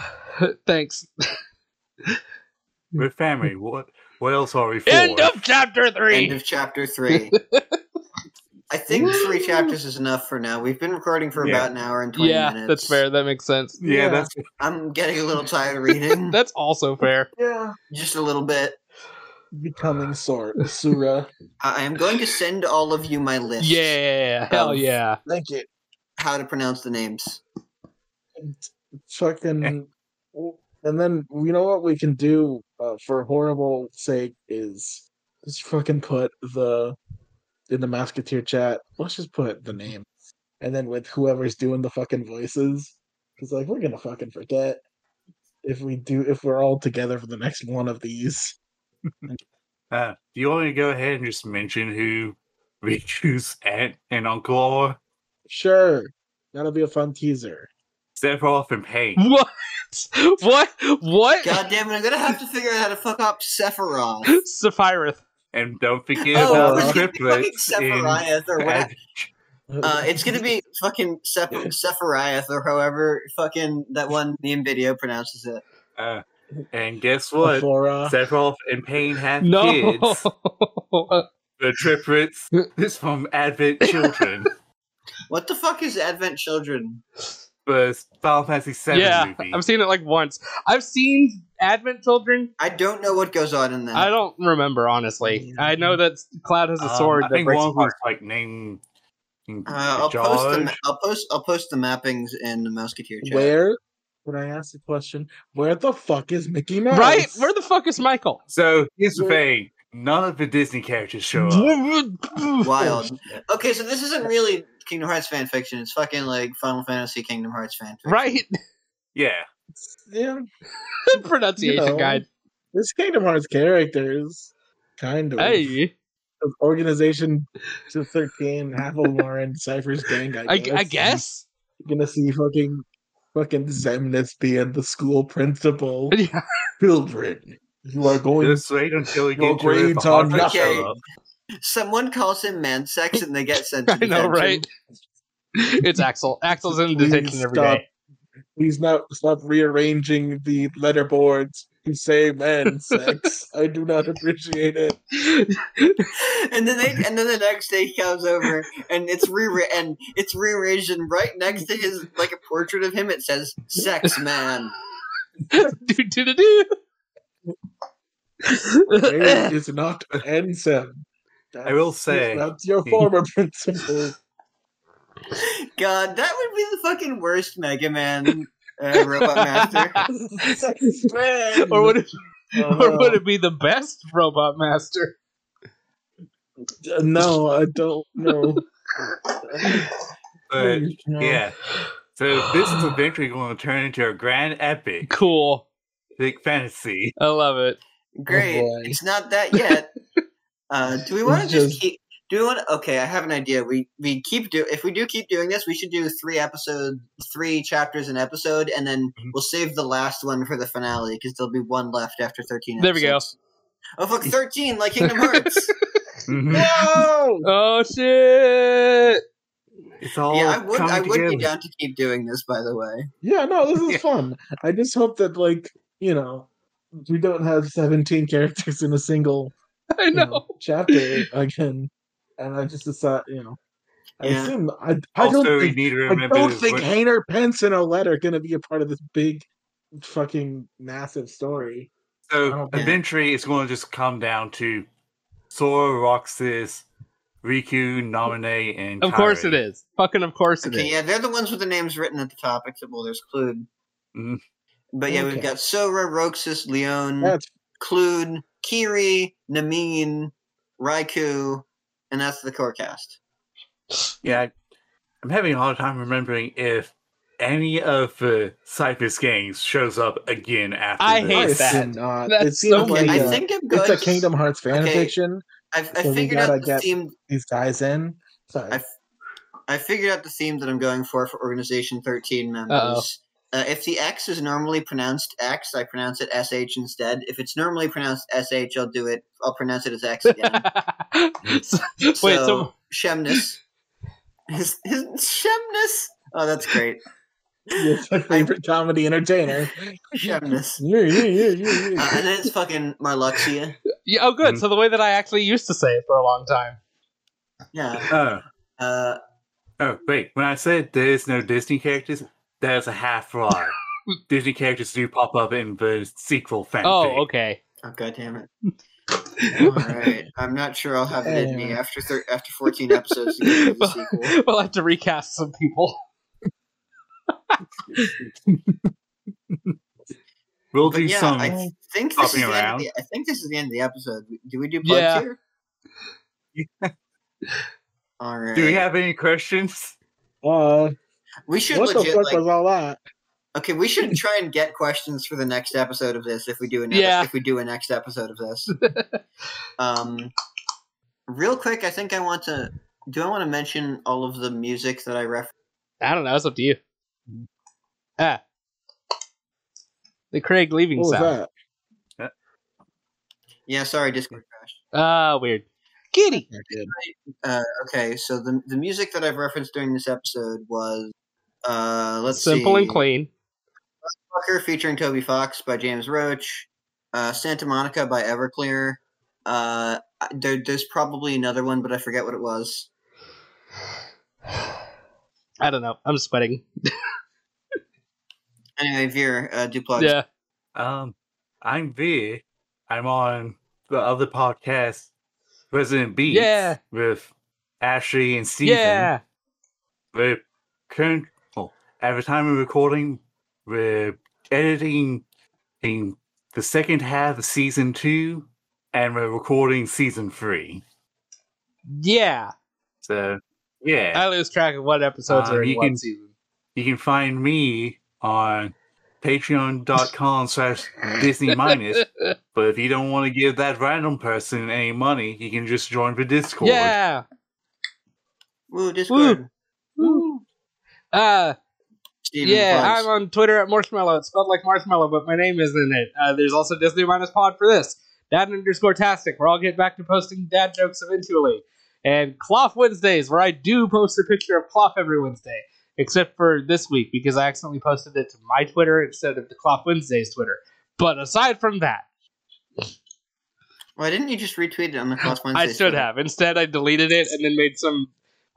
S5: Thanks.
S7: We're family. What? What else are we for?
S5: End of chapter three.
S4: End of chapter three. I think three chapters is enough for now. We've been recording for
S7: Yeah.
S4: about an hour and twenty
S5: yeah,
S4: minutes.
S5: that's fair. That makes sense.
S7: yeah,
S6: Yeah.
S7: that's
S4: I'm getting a little tired of reading,
S5: That's also fair.
S6: Yeah,
S4: just a little bit.
S6: becoming Sora. Sura.
S4: I I am going to send all of you my list.
S5: Yeah, hell
S4: Um,
S5: yeah.
S6: Thank you.
S4: How to pronounce the names?
S6: fucking and then you know what we can do uh, for horrible sake is just fucking put the in the masketeer chat let's just put the name and then with whoever's doing the fucking voices because like we're gonna fucking forget if we do if we're all together for the next one of these
S7: Uh, do you want me to go ahead and just mention who Riku's aunt and uncle are?
S6: sure that'll be a fun teaser
S7: Sephiroth in pain.
S5: What? What? What?
S4: God damn it, I'm gonna have to figure out how to fuck up Sephiroth.
S5: Sephiroth.
S7: And don't forget
S4: oh,
S7: about the
S4: it's gonna be fucking
S7: triplets in
S4: Sephiroth or what?
S7: Ad-
S4: Uh, it's gonna be fucking Sep- Sephiroth or however fucking that one meme video pronounces it.
S7: uh, and guess
S6: What?
S7: what? Sephiroth and Pain have
S5: No.
S7: kids. The triplets is from Advent Children,
S4: What the fuck is Advent Children?
S7: the Final Fantasy VII
S5: yeah,
S7: movie.
S5: I've seen it like once. I've seen Advent Children.
S4: I don't know what goes on in that.
S5: I don't remember honestly. I know that Cloud has a
S7: Um,
S5: sword
S7: I
S5: that
S7: think
S5: breaks
S7: one was
S5: apart.
S7: like named named
S4: Uh, I'll post the ma-
S7: George.
S4: I'll post I'll post the mappings in the Musketeer chat.
S6: Where? When I ask the question, where the fuck is Mickey Mouse?
S5: Right? Where the fuck is Michael?
S7: So here's the thing: none of the Disney characters show up.
S4: Wild. Okay, so this isn't really Kingdom Hearts fan fiction. It's fucking like Final Fantasy Kingdom Hearts fan fiction.
S5: right?
S7: Yeah,
S6: yeah,
S5: Pronunciation
S6: You know.
S5: guide.
S6: it's Kingdom Hearts characters, kind of.
S5: Hey,
S6: organization to thirteen, half of them are in Cypher's gang. I
S5: I,
S6: guess.
S5: I guess.
S6: You're gonna see fucking fucking Zemnis being the school principal.
S5: Yeah.
S6: Children, you are going
S7: just wait until you
S6: Your
S7: get to it.
S6: grades
S7: the
S6: are
S7: Hogwarts show
S4: nothing.
S7: up.
S4: Someone calls him man sex and they get sent to
S5: I know,
S4: detention.
S5: right? It's Axel. Axel's in
S6: Please
S5: detention every
S6: stop.
S5: day.
S6: Please not stop rearranging the letterboards to say men sex. I do not appreciate it.
S4: And then they, and then the next day he comes over and it's re and it's rearranged and right next to his like a portrait of him it says sex man.
S5: do, do, do, do.
S6: It is not Ansem. That's,
S7: I will say,
S6: that's your former principal.
S4: God, that would be the fucking worst Mega Man uh, Robot Master.
S6: Sex man.
S5: or would it, or
S6: Oh.
S5: would it be the best robot master?
S6: Uh, No, I don't know.
S7: but
S6: No.
S7: yeah. So this is eventually going to turn into a grand epic,
S5: Cool.
S7: big fantasy.
S5: I love it.
S4: Great.
S6: Oh, boy.
S4: it's not that yet. uh, do we want to
S6: It's
S4: just
S6: just-
S4: keep? Do we want? Okay, I have an idea. We we keep do if we do keep doing this, we should do three episode, three chapters an episode, and then
S6: Mm-hmm.
S7: Mhm.
S4: we'll save the last one for the finale because there'll be one left after thirteen.
S5: There we go.
S4: episodes. Oh fuck, thirteen like Kingdom Hearts.
S7: Mhm.
S6: No!
S5: Oh shit!
S7: It's all
S4: yeah, I would.
S7: coming
S4: I would
S7: together.
S4: be down to keep doing this. By the way,
S6: Yeah, no, this is
S7: Yeah.
S6: fun. I just hope that, like, you know, we don't have 17 characters in a single
S5: I
S6: you know,
S5: know.
S6: chapter again. And I just decide, you know, I
S4: Yeah.
S6: assume I, I
S7: Also,
S6: don't
S7: you
S6: think,
S7: need to
S6: I
S7: remember.
S6: don't
S7: that
S6: think
S7: when-
S6: Hainer, Pence, and Olette are going to be a part of this big, fucking massive story.
S7: so
S6: Yeah.
S7: eventually, it's going to just come down to Sora, Roxas, Riku, Naminé, and
S5: Of course it
S7: Kairi.
S5: is. Fucking of course it
S4: okay,
S5: is.
S4: yeah, they're the ones with the names written at the top. Except well, there's Clued.
S7: Mhm.
S4: But yeah,
S6: Mm-hmm. Okay.
S4: we've got Sora, Roxas, Leon.
S7: Mm.
S6: That's
S4: Clued, Kiri, Namine, Raikou, and that's the core cast.
S7: Yeah, I'm having a hard time remembering if any of the Cypress gangs shows up again after.
S5: I
S7: this.
S6: I
S5: hate
S6: assume
S5: that.
S6: not. it
S5: That's
S6: seems
S5: so
S6: like
S4: I
S5: Yeah.
S6: uh,
S4: think I'm
S6: it's
S4: good.
S6: a Kingdom Hearts fan
S4: Okay.
S6: fiction.
S4: I've, I
S6: so we
S4: figured out
S6: gotta
S4: the
S6: get-
S4: theme.
S6: These guys in. Sorry.
S4: I I figured out the theme that I'm going for for Organization 13 members. Uh, if the X is normally pronounced X, I pronounce it SH instead. If it's normally pronounced SH, I'll do it. I'll pronounce it as X again.
S5: So-
S4: so,
S5: wait, so
S4: Shemnus. His, his Shemnus. Oh, that's great.
S6: It's my favorite comedy entertainer.
S4: Shemnus.
S6: Yeah, yeah, yeah, yeah,
S4: Uh,
S6: yeah.
S4: and then it's fucking Marluxia.
S5: yeah, oh
S6: Mm-hmm.
S5: good.
S7: Mhm.
S5: So the way that I actually used to say it for a long time.
S4: Yeah.
S7: Oh,
S4: Uh,
S7: oh, wait. When I said there's no Disney characters, that's a half lie. Disney characters do pop up in the sequel fanfic.
S5: Oh, okay.
S4: Oh god damn it! All right, I'm not sure I'll have it in me
S6: Anyway.
S4: after thir- after 14 episodes to get to the sequel.
S5: we'll have to recast some people.
S7: We'll
S4: But
S7: do
S4: yeah,
S7: some.
S4: I th- think this is
S7: popping
S4: the end of the,
S7: around.
S4: I think this is the end of the episode. Do we do plugs
S5: Yeah.
S4: here? All right.
S7: Do we have any questions?
S6: Uh,
S4: We should
S6: what the
S4: legit
S6: fuck
S4: like
S6: was all that?
S4: okay. We should try and get questions for the next episode of this if we do an epi-
S5: Yeah.
S4: if we do a next episode of this. um, real quick, I think I want to. Do I want to mention all of the music that I referenced?
S6: Mm-hmm.
S5: I don't know. It's up to you. Ah. The Craig leaving
S6: What was
S5: sound.
S6: that?
S4: Yeah, sorry, Discord crashed.
S5: Ah, weird. Kitty.
S4: Uh, okay, so the the music that I've referenced during this episode was uh, let's
S5: Simple
S4: see,
S5: and clean.
S4: Fucker featuring Toby Fox by James Roach, uh, Santa Monica by Everclear. Uh, I- there, there's probably another one, but I forget what it was.
S5: I don't know. I'm sweating.
S4: Anyway, Veer, uh, do plugs.
S5: Yeah.
S7: Um, I'm Veer. I'm on the other podcast, Resident Beats,
S5: Yeah.
S7: with Ashley and Steven.
S5: Yeah.
S7: We're current, well, at the time of recording, we're editing in the second half of season two, and we're recording season three.
S5: Yeah.
S7: So, yeah.
S5: I lose track of what episodes
S7: Um,
S5: are in
S7: you
S5: what
S7: can-
S5: season.
S7: You can find me on patreon.com slash Disney minus. But if you don't want to give that random person any money, you can just join the Discord.
S5: yeah.
S4: Woo, Discord.
S5: Woo. Uh,
S4: Steven,
S5: yeah,
S4: plugs.
S5: I'm on Twitter at Marshmallow. It's spelled like marshmallow, but my name isn't in it. Uh, there's also Disney minus pod for this. Dad underscore tastic, where I'll get back to posting dad jokes eventually. And Cloth Wednesdays, where I do post a picture of Cloth every Wednesday, except for this week because I accidentally posted it to my Twitter instead of the Cloth Wednesdays Twitter. But aside from that,
S4: Why didn't you just retweet it on the Cross Wednesday?
S5: I should
S4: Twitter?
S5: have. Instead, I deleted it and then made some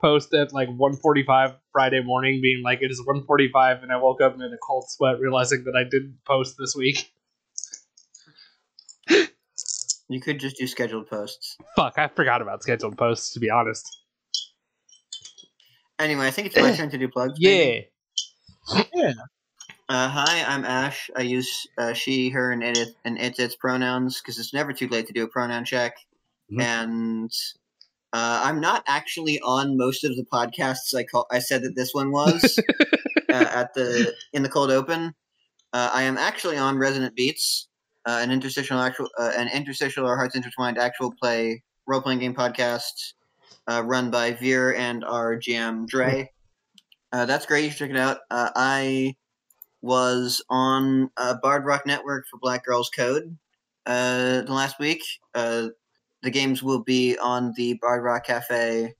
S5: post at like 1:45 Friday morning, being like, "It is 1:45," and I woke up in a cold sweat, realizing that I didn't post this week.
S4: You could just do scheduled posts.
S5: Fuck, I forgot about scheduled posts. To be honest,
S4: Anyway, I think it's my turn to do plugs. maybe.
S5: yeah,
S4: Uh, hi, I'm Ash. I use uh, she, her, and it, and it, its pronouns because it's never too late to do a pronoun check.
S7: Mhm.
S4: And uh, I'm not actually on most of the podcasts. I call. I said that this one was uh, at the in the cold open. Uh, I am actually on Resonant Beats, uh, an interstitial actual, uh, an interstitial or hearts intertwined actual play role playing game podcast uh, run by Veer and our GM Dre. Uh, that's great. You should check it out. Uh, I was on uh, Bard Rock Network for Black Girls Code uh, the last week. Uh, the games will be on the Bard Rock Cafe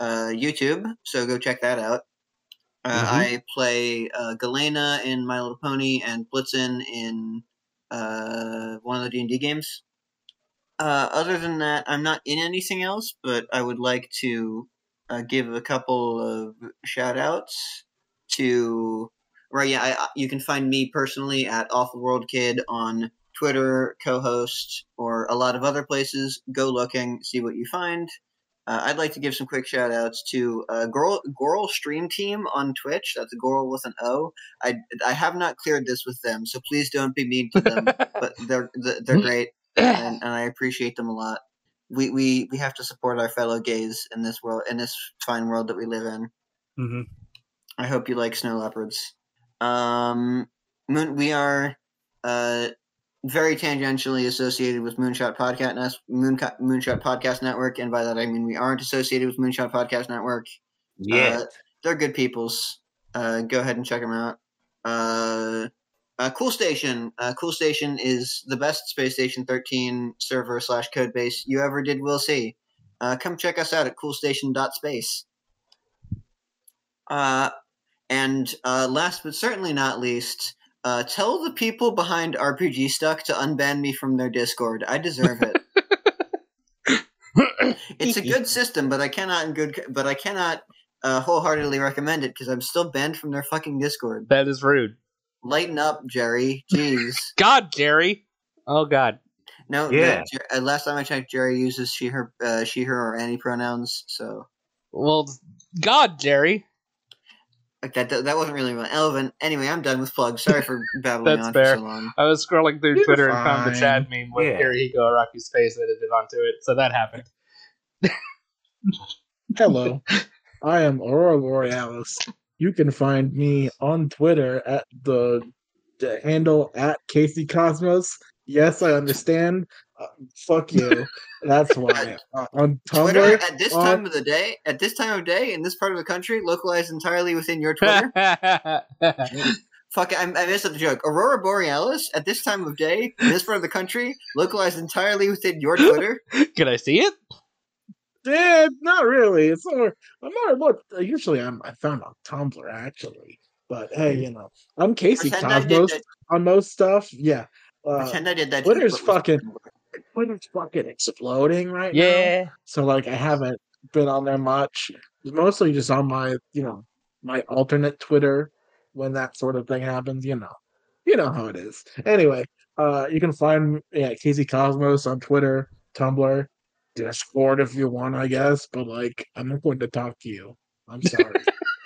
S4: uh, YouTube, so go check that out. Uh, I play uh, Galena in My Little Pony and Blitzen in uh, one of the D and D games. Uh, other than that, I'm not in anything else, but I would like to uh, give a couple of shout outs to Right, yeah, I, I- you can find me personally at Awful World Kid on Twitter, co-host, or a lot of other places. Go looking, see what you find. Uh, I'd like to give some quick shout outs to uh, Goral, Goral Stream Team on Twitch. That's Goral with an O. I, I have not cleared this with them, so please don't be mean to them. but they're th- they're great, and, and I appreciate them a lot. We, we we have to support our fellow gays in this world, in this fine world that we live in.
S7: hmm
S4: I hope you like snow leopards. Um, moon, we are uh, very tangentially associated with Moonshot Podcast Nes- Moonco- Moonshot Podcast Network, and by that I mean we aren't associated with Moonshot Podcast Network.
S7: Yeah.
S4: Uh, they're good peoples. Uh, go ahead and check them out. Uh, uh, cool Station. Uh, cool Station is the best Space Station 13 server slash code base you ever did will see. Uh, come check us out at coolstation.space. Uh, and uh, last but certainly not least, uh, tell the people behind RPG Stuck to unban me from their Discord. I deserve it. it's a good system, but I cannot in good but I cannot uh, wholeheartedly recommend it because I'm still banned from their fucking Discord.
S5: that is rude.
S4: Lighten up, Jerry. Jeez.
S5: God, Jerry. Oh God.
S4: No.
S7: Yeah.
S4: Yeah. Jer- uh, last time I checked, Jerry uses she, her, uh, she, her, or any pronouns. So
S5: Well, God, Jerry.
S4: like that, that, that wasn't really my Elvin. Anyway, I'm done with plugs. Sorry for babbling
S5: That's
S4: on
S5: fair.
S4: for so long.
S5: I was scrolling through
S6: You're
S5: Twitter and found the
S6: fine.
S5: Chad meme with
S7: Yeah.
S5: Hirohiko Araki's face edited onto it, so that happened.
S6: Hello, I am Aurora Borealis. You can find me on Twitter at the, the handle at Casey Cosmos. Yes, I understand. Uh, fuck you. That's why. Uh, on Tumblr,
S4: Twitter at this
S6: on-
S4: time of the day, at this time of day in this part of the country, localized entirely within your Twitter. Fuck, I, I messed up the joke. Aurora Borealis at this time of day in this part of the country, localized entirely within your Twitter.
S5: Could I see it?
S6: Yeah, Eh, not really. It's somewhere. I'm not. Look, uh, usually I'm. I found on Tumblr actually, but hey, you know, I'm Casey
S4: Pretend I did
S6: Cosmos
S4: that.
S6: on most stuff. Yeah, uh,
S4: Pretend I did that.
S6: Twitter's
S4: joke, but was-
S6: Twitter's fucking exploding right now.
S5: Yeah.
S6: So like, I haven't been on there much. Mostly just on my, you know, my alternate Twitter when that sort of thing happens. You know, you know how it is. Anyway, uh, you can find me at Casey Cosmos on Twitter, Tumblr, Discord if you want, I guess. But like, I'm not going to talk to you. I'm sorry.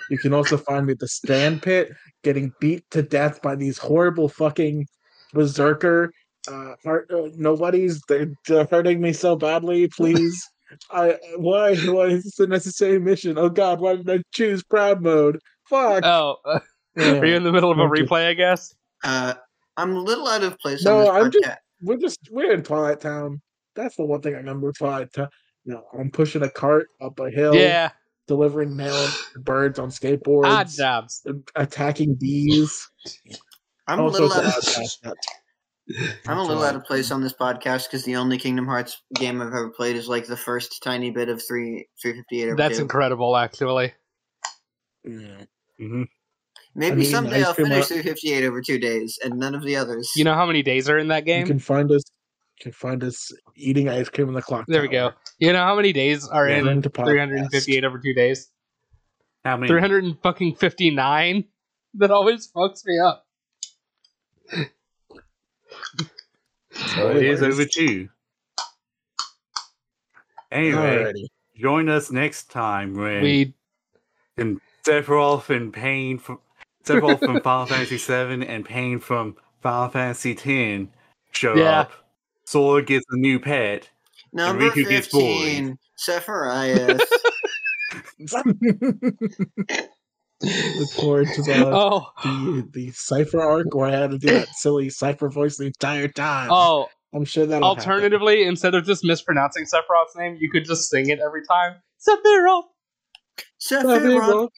S6: you can also find me at the Stand Pit, getting beat to death by these horrible fucking berserker. Uh, heart, uh, nobodies, they're, they're hurting me so badly. Please, I why why is this a necessary mission? Oh God, why did I choose proud mode? Fuck.
S5: Oh, uh,
S6: Yeah.
S5: are you in the middle of a
S6: Okay.
S5: replay? I guess.
S4: Uh, I'm a little out of place
S6: No,
S4: on this
S6: I'm just-
S4: podcast.
S6: we're just we're in Twilight Town. That's the one thing I remember. Twilight Town. No, I'm pushing a cart up a hill,
S5: Yeah.
S6: delivering mail to birds on skateboards,
S5: Odd jobs.
S6: attacking bees.
S4: I'm a
S6: Also,
S4: little
S6: it's
S4: out
S6: an
S4: of
S6: odd job, not-
S4: I'm a
S6: That's
S4: little
S6: all.
S4: out of place on this podcast because the only Kingdom Hearts game I've ever played is like the first tiny bit of three three fifty eight.
S5: That's incredible, actually.
S6: Yeah.
S7: hmm
S4: Maybe
S6: I mean,
S4: someday
S6: ice
S4: I'll
S6: cream
S4: finish
S6: up.
S4: three fifty eight over two days, and none of the others.
S5: You know how many days are in that
S6: You
S5: game?
S6: can find us. You can find us eating ice cream in the clock.
S5: There we go. You know how many days are
S7: Yeah,
S5: in
S6: to podcast.
S5: 358 over two days?
S7: How many?
S5: 359? That always fucks me up.
S7: Well, it is over two. Anyway,
S6: Alrighty.
S7: join us next time when
S5: We
S7: and Sephiroth and Pain from Sephiroth from Final Fantasy VII and Pain from Final Fantasy X show
S5: Yeah.
S7: up. Sora gets a new pet.
S4: number
S7: Riku gets
S4: fifteen, Sephiroth.
S6: Look forward to the
S5: oh
S6: the the cipher arc where I had to do that silly cipher voice the entire time.
S5: oh.
S6: I'm sure that
S5: Alternatively, instead of just mispronouncing Sephiroth's name, you could just sing it every time. Sephiroth.
S4: Sephiroth,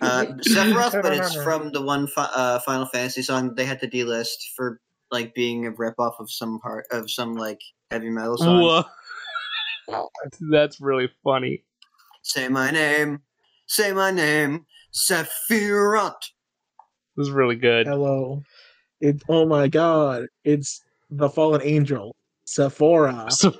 S4: uh, Sephiroth, but it's from the one fi- uh, Final Fantasy song that they had to delist for like being a rip off of some part of some like heavy metal song.
S5: Whoa. That's really funny.
S4: Say my name, say my name, Sephiroth.
S5: It was really good.
S6: Hello. It, oh my god. It's the fallen angel. Sephora.
S5: So,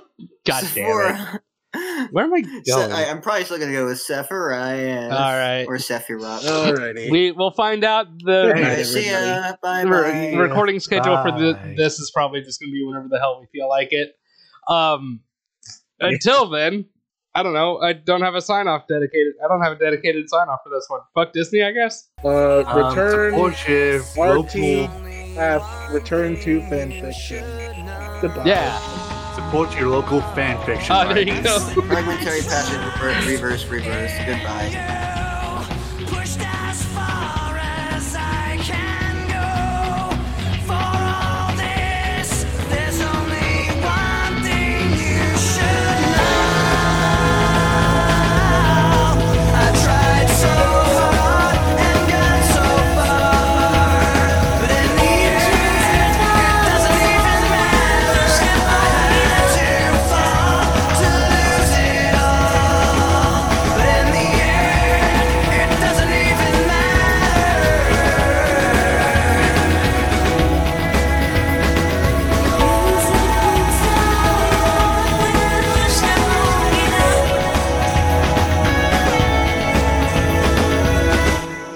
S5: God damn it.
S4: Sephora.
S5: Where am I
S4: Se-
S5: going?
S4: I, am probably still gonna go with Sephiroth.
S5: All right.
S4: Or Sephiroth.
S6: Alrighty.
S5: We will find out the
S6: Oh, Hey,
S4: Alright, see ya. Bye
S5: re-
S4: bye.
S5: recording schedule for
S7: Bye.
S5: the, this is probably just going to be whenever the hell we feel like it. Um, until then, I don't know. I don't have a sign off dedicated. I don't have a dedicated sign off for this one. Fuck Disney, I guess.
S6: Uh,
S7: Um,
S6: return
S7: support your
S6: RT
S7: local,
S6: F return to fanfiction. Goodbye.
S5: Yeah.
S7: support your local fan fiction.
S5: Oh, there you
S7: writers.
S5: go.
S4: Fragmentary passage rever- reverse reverse. Goodbye.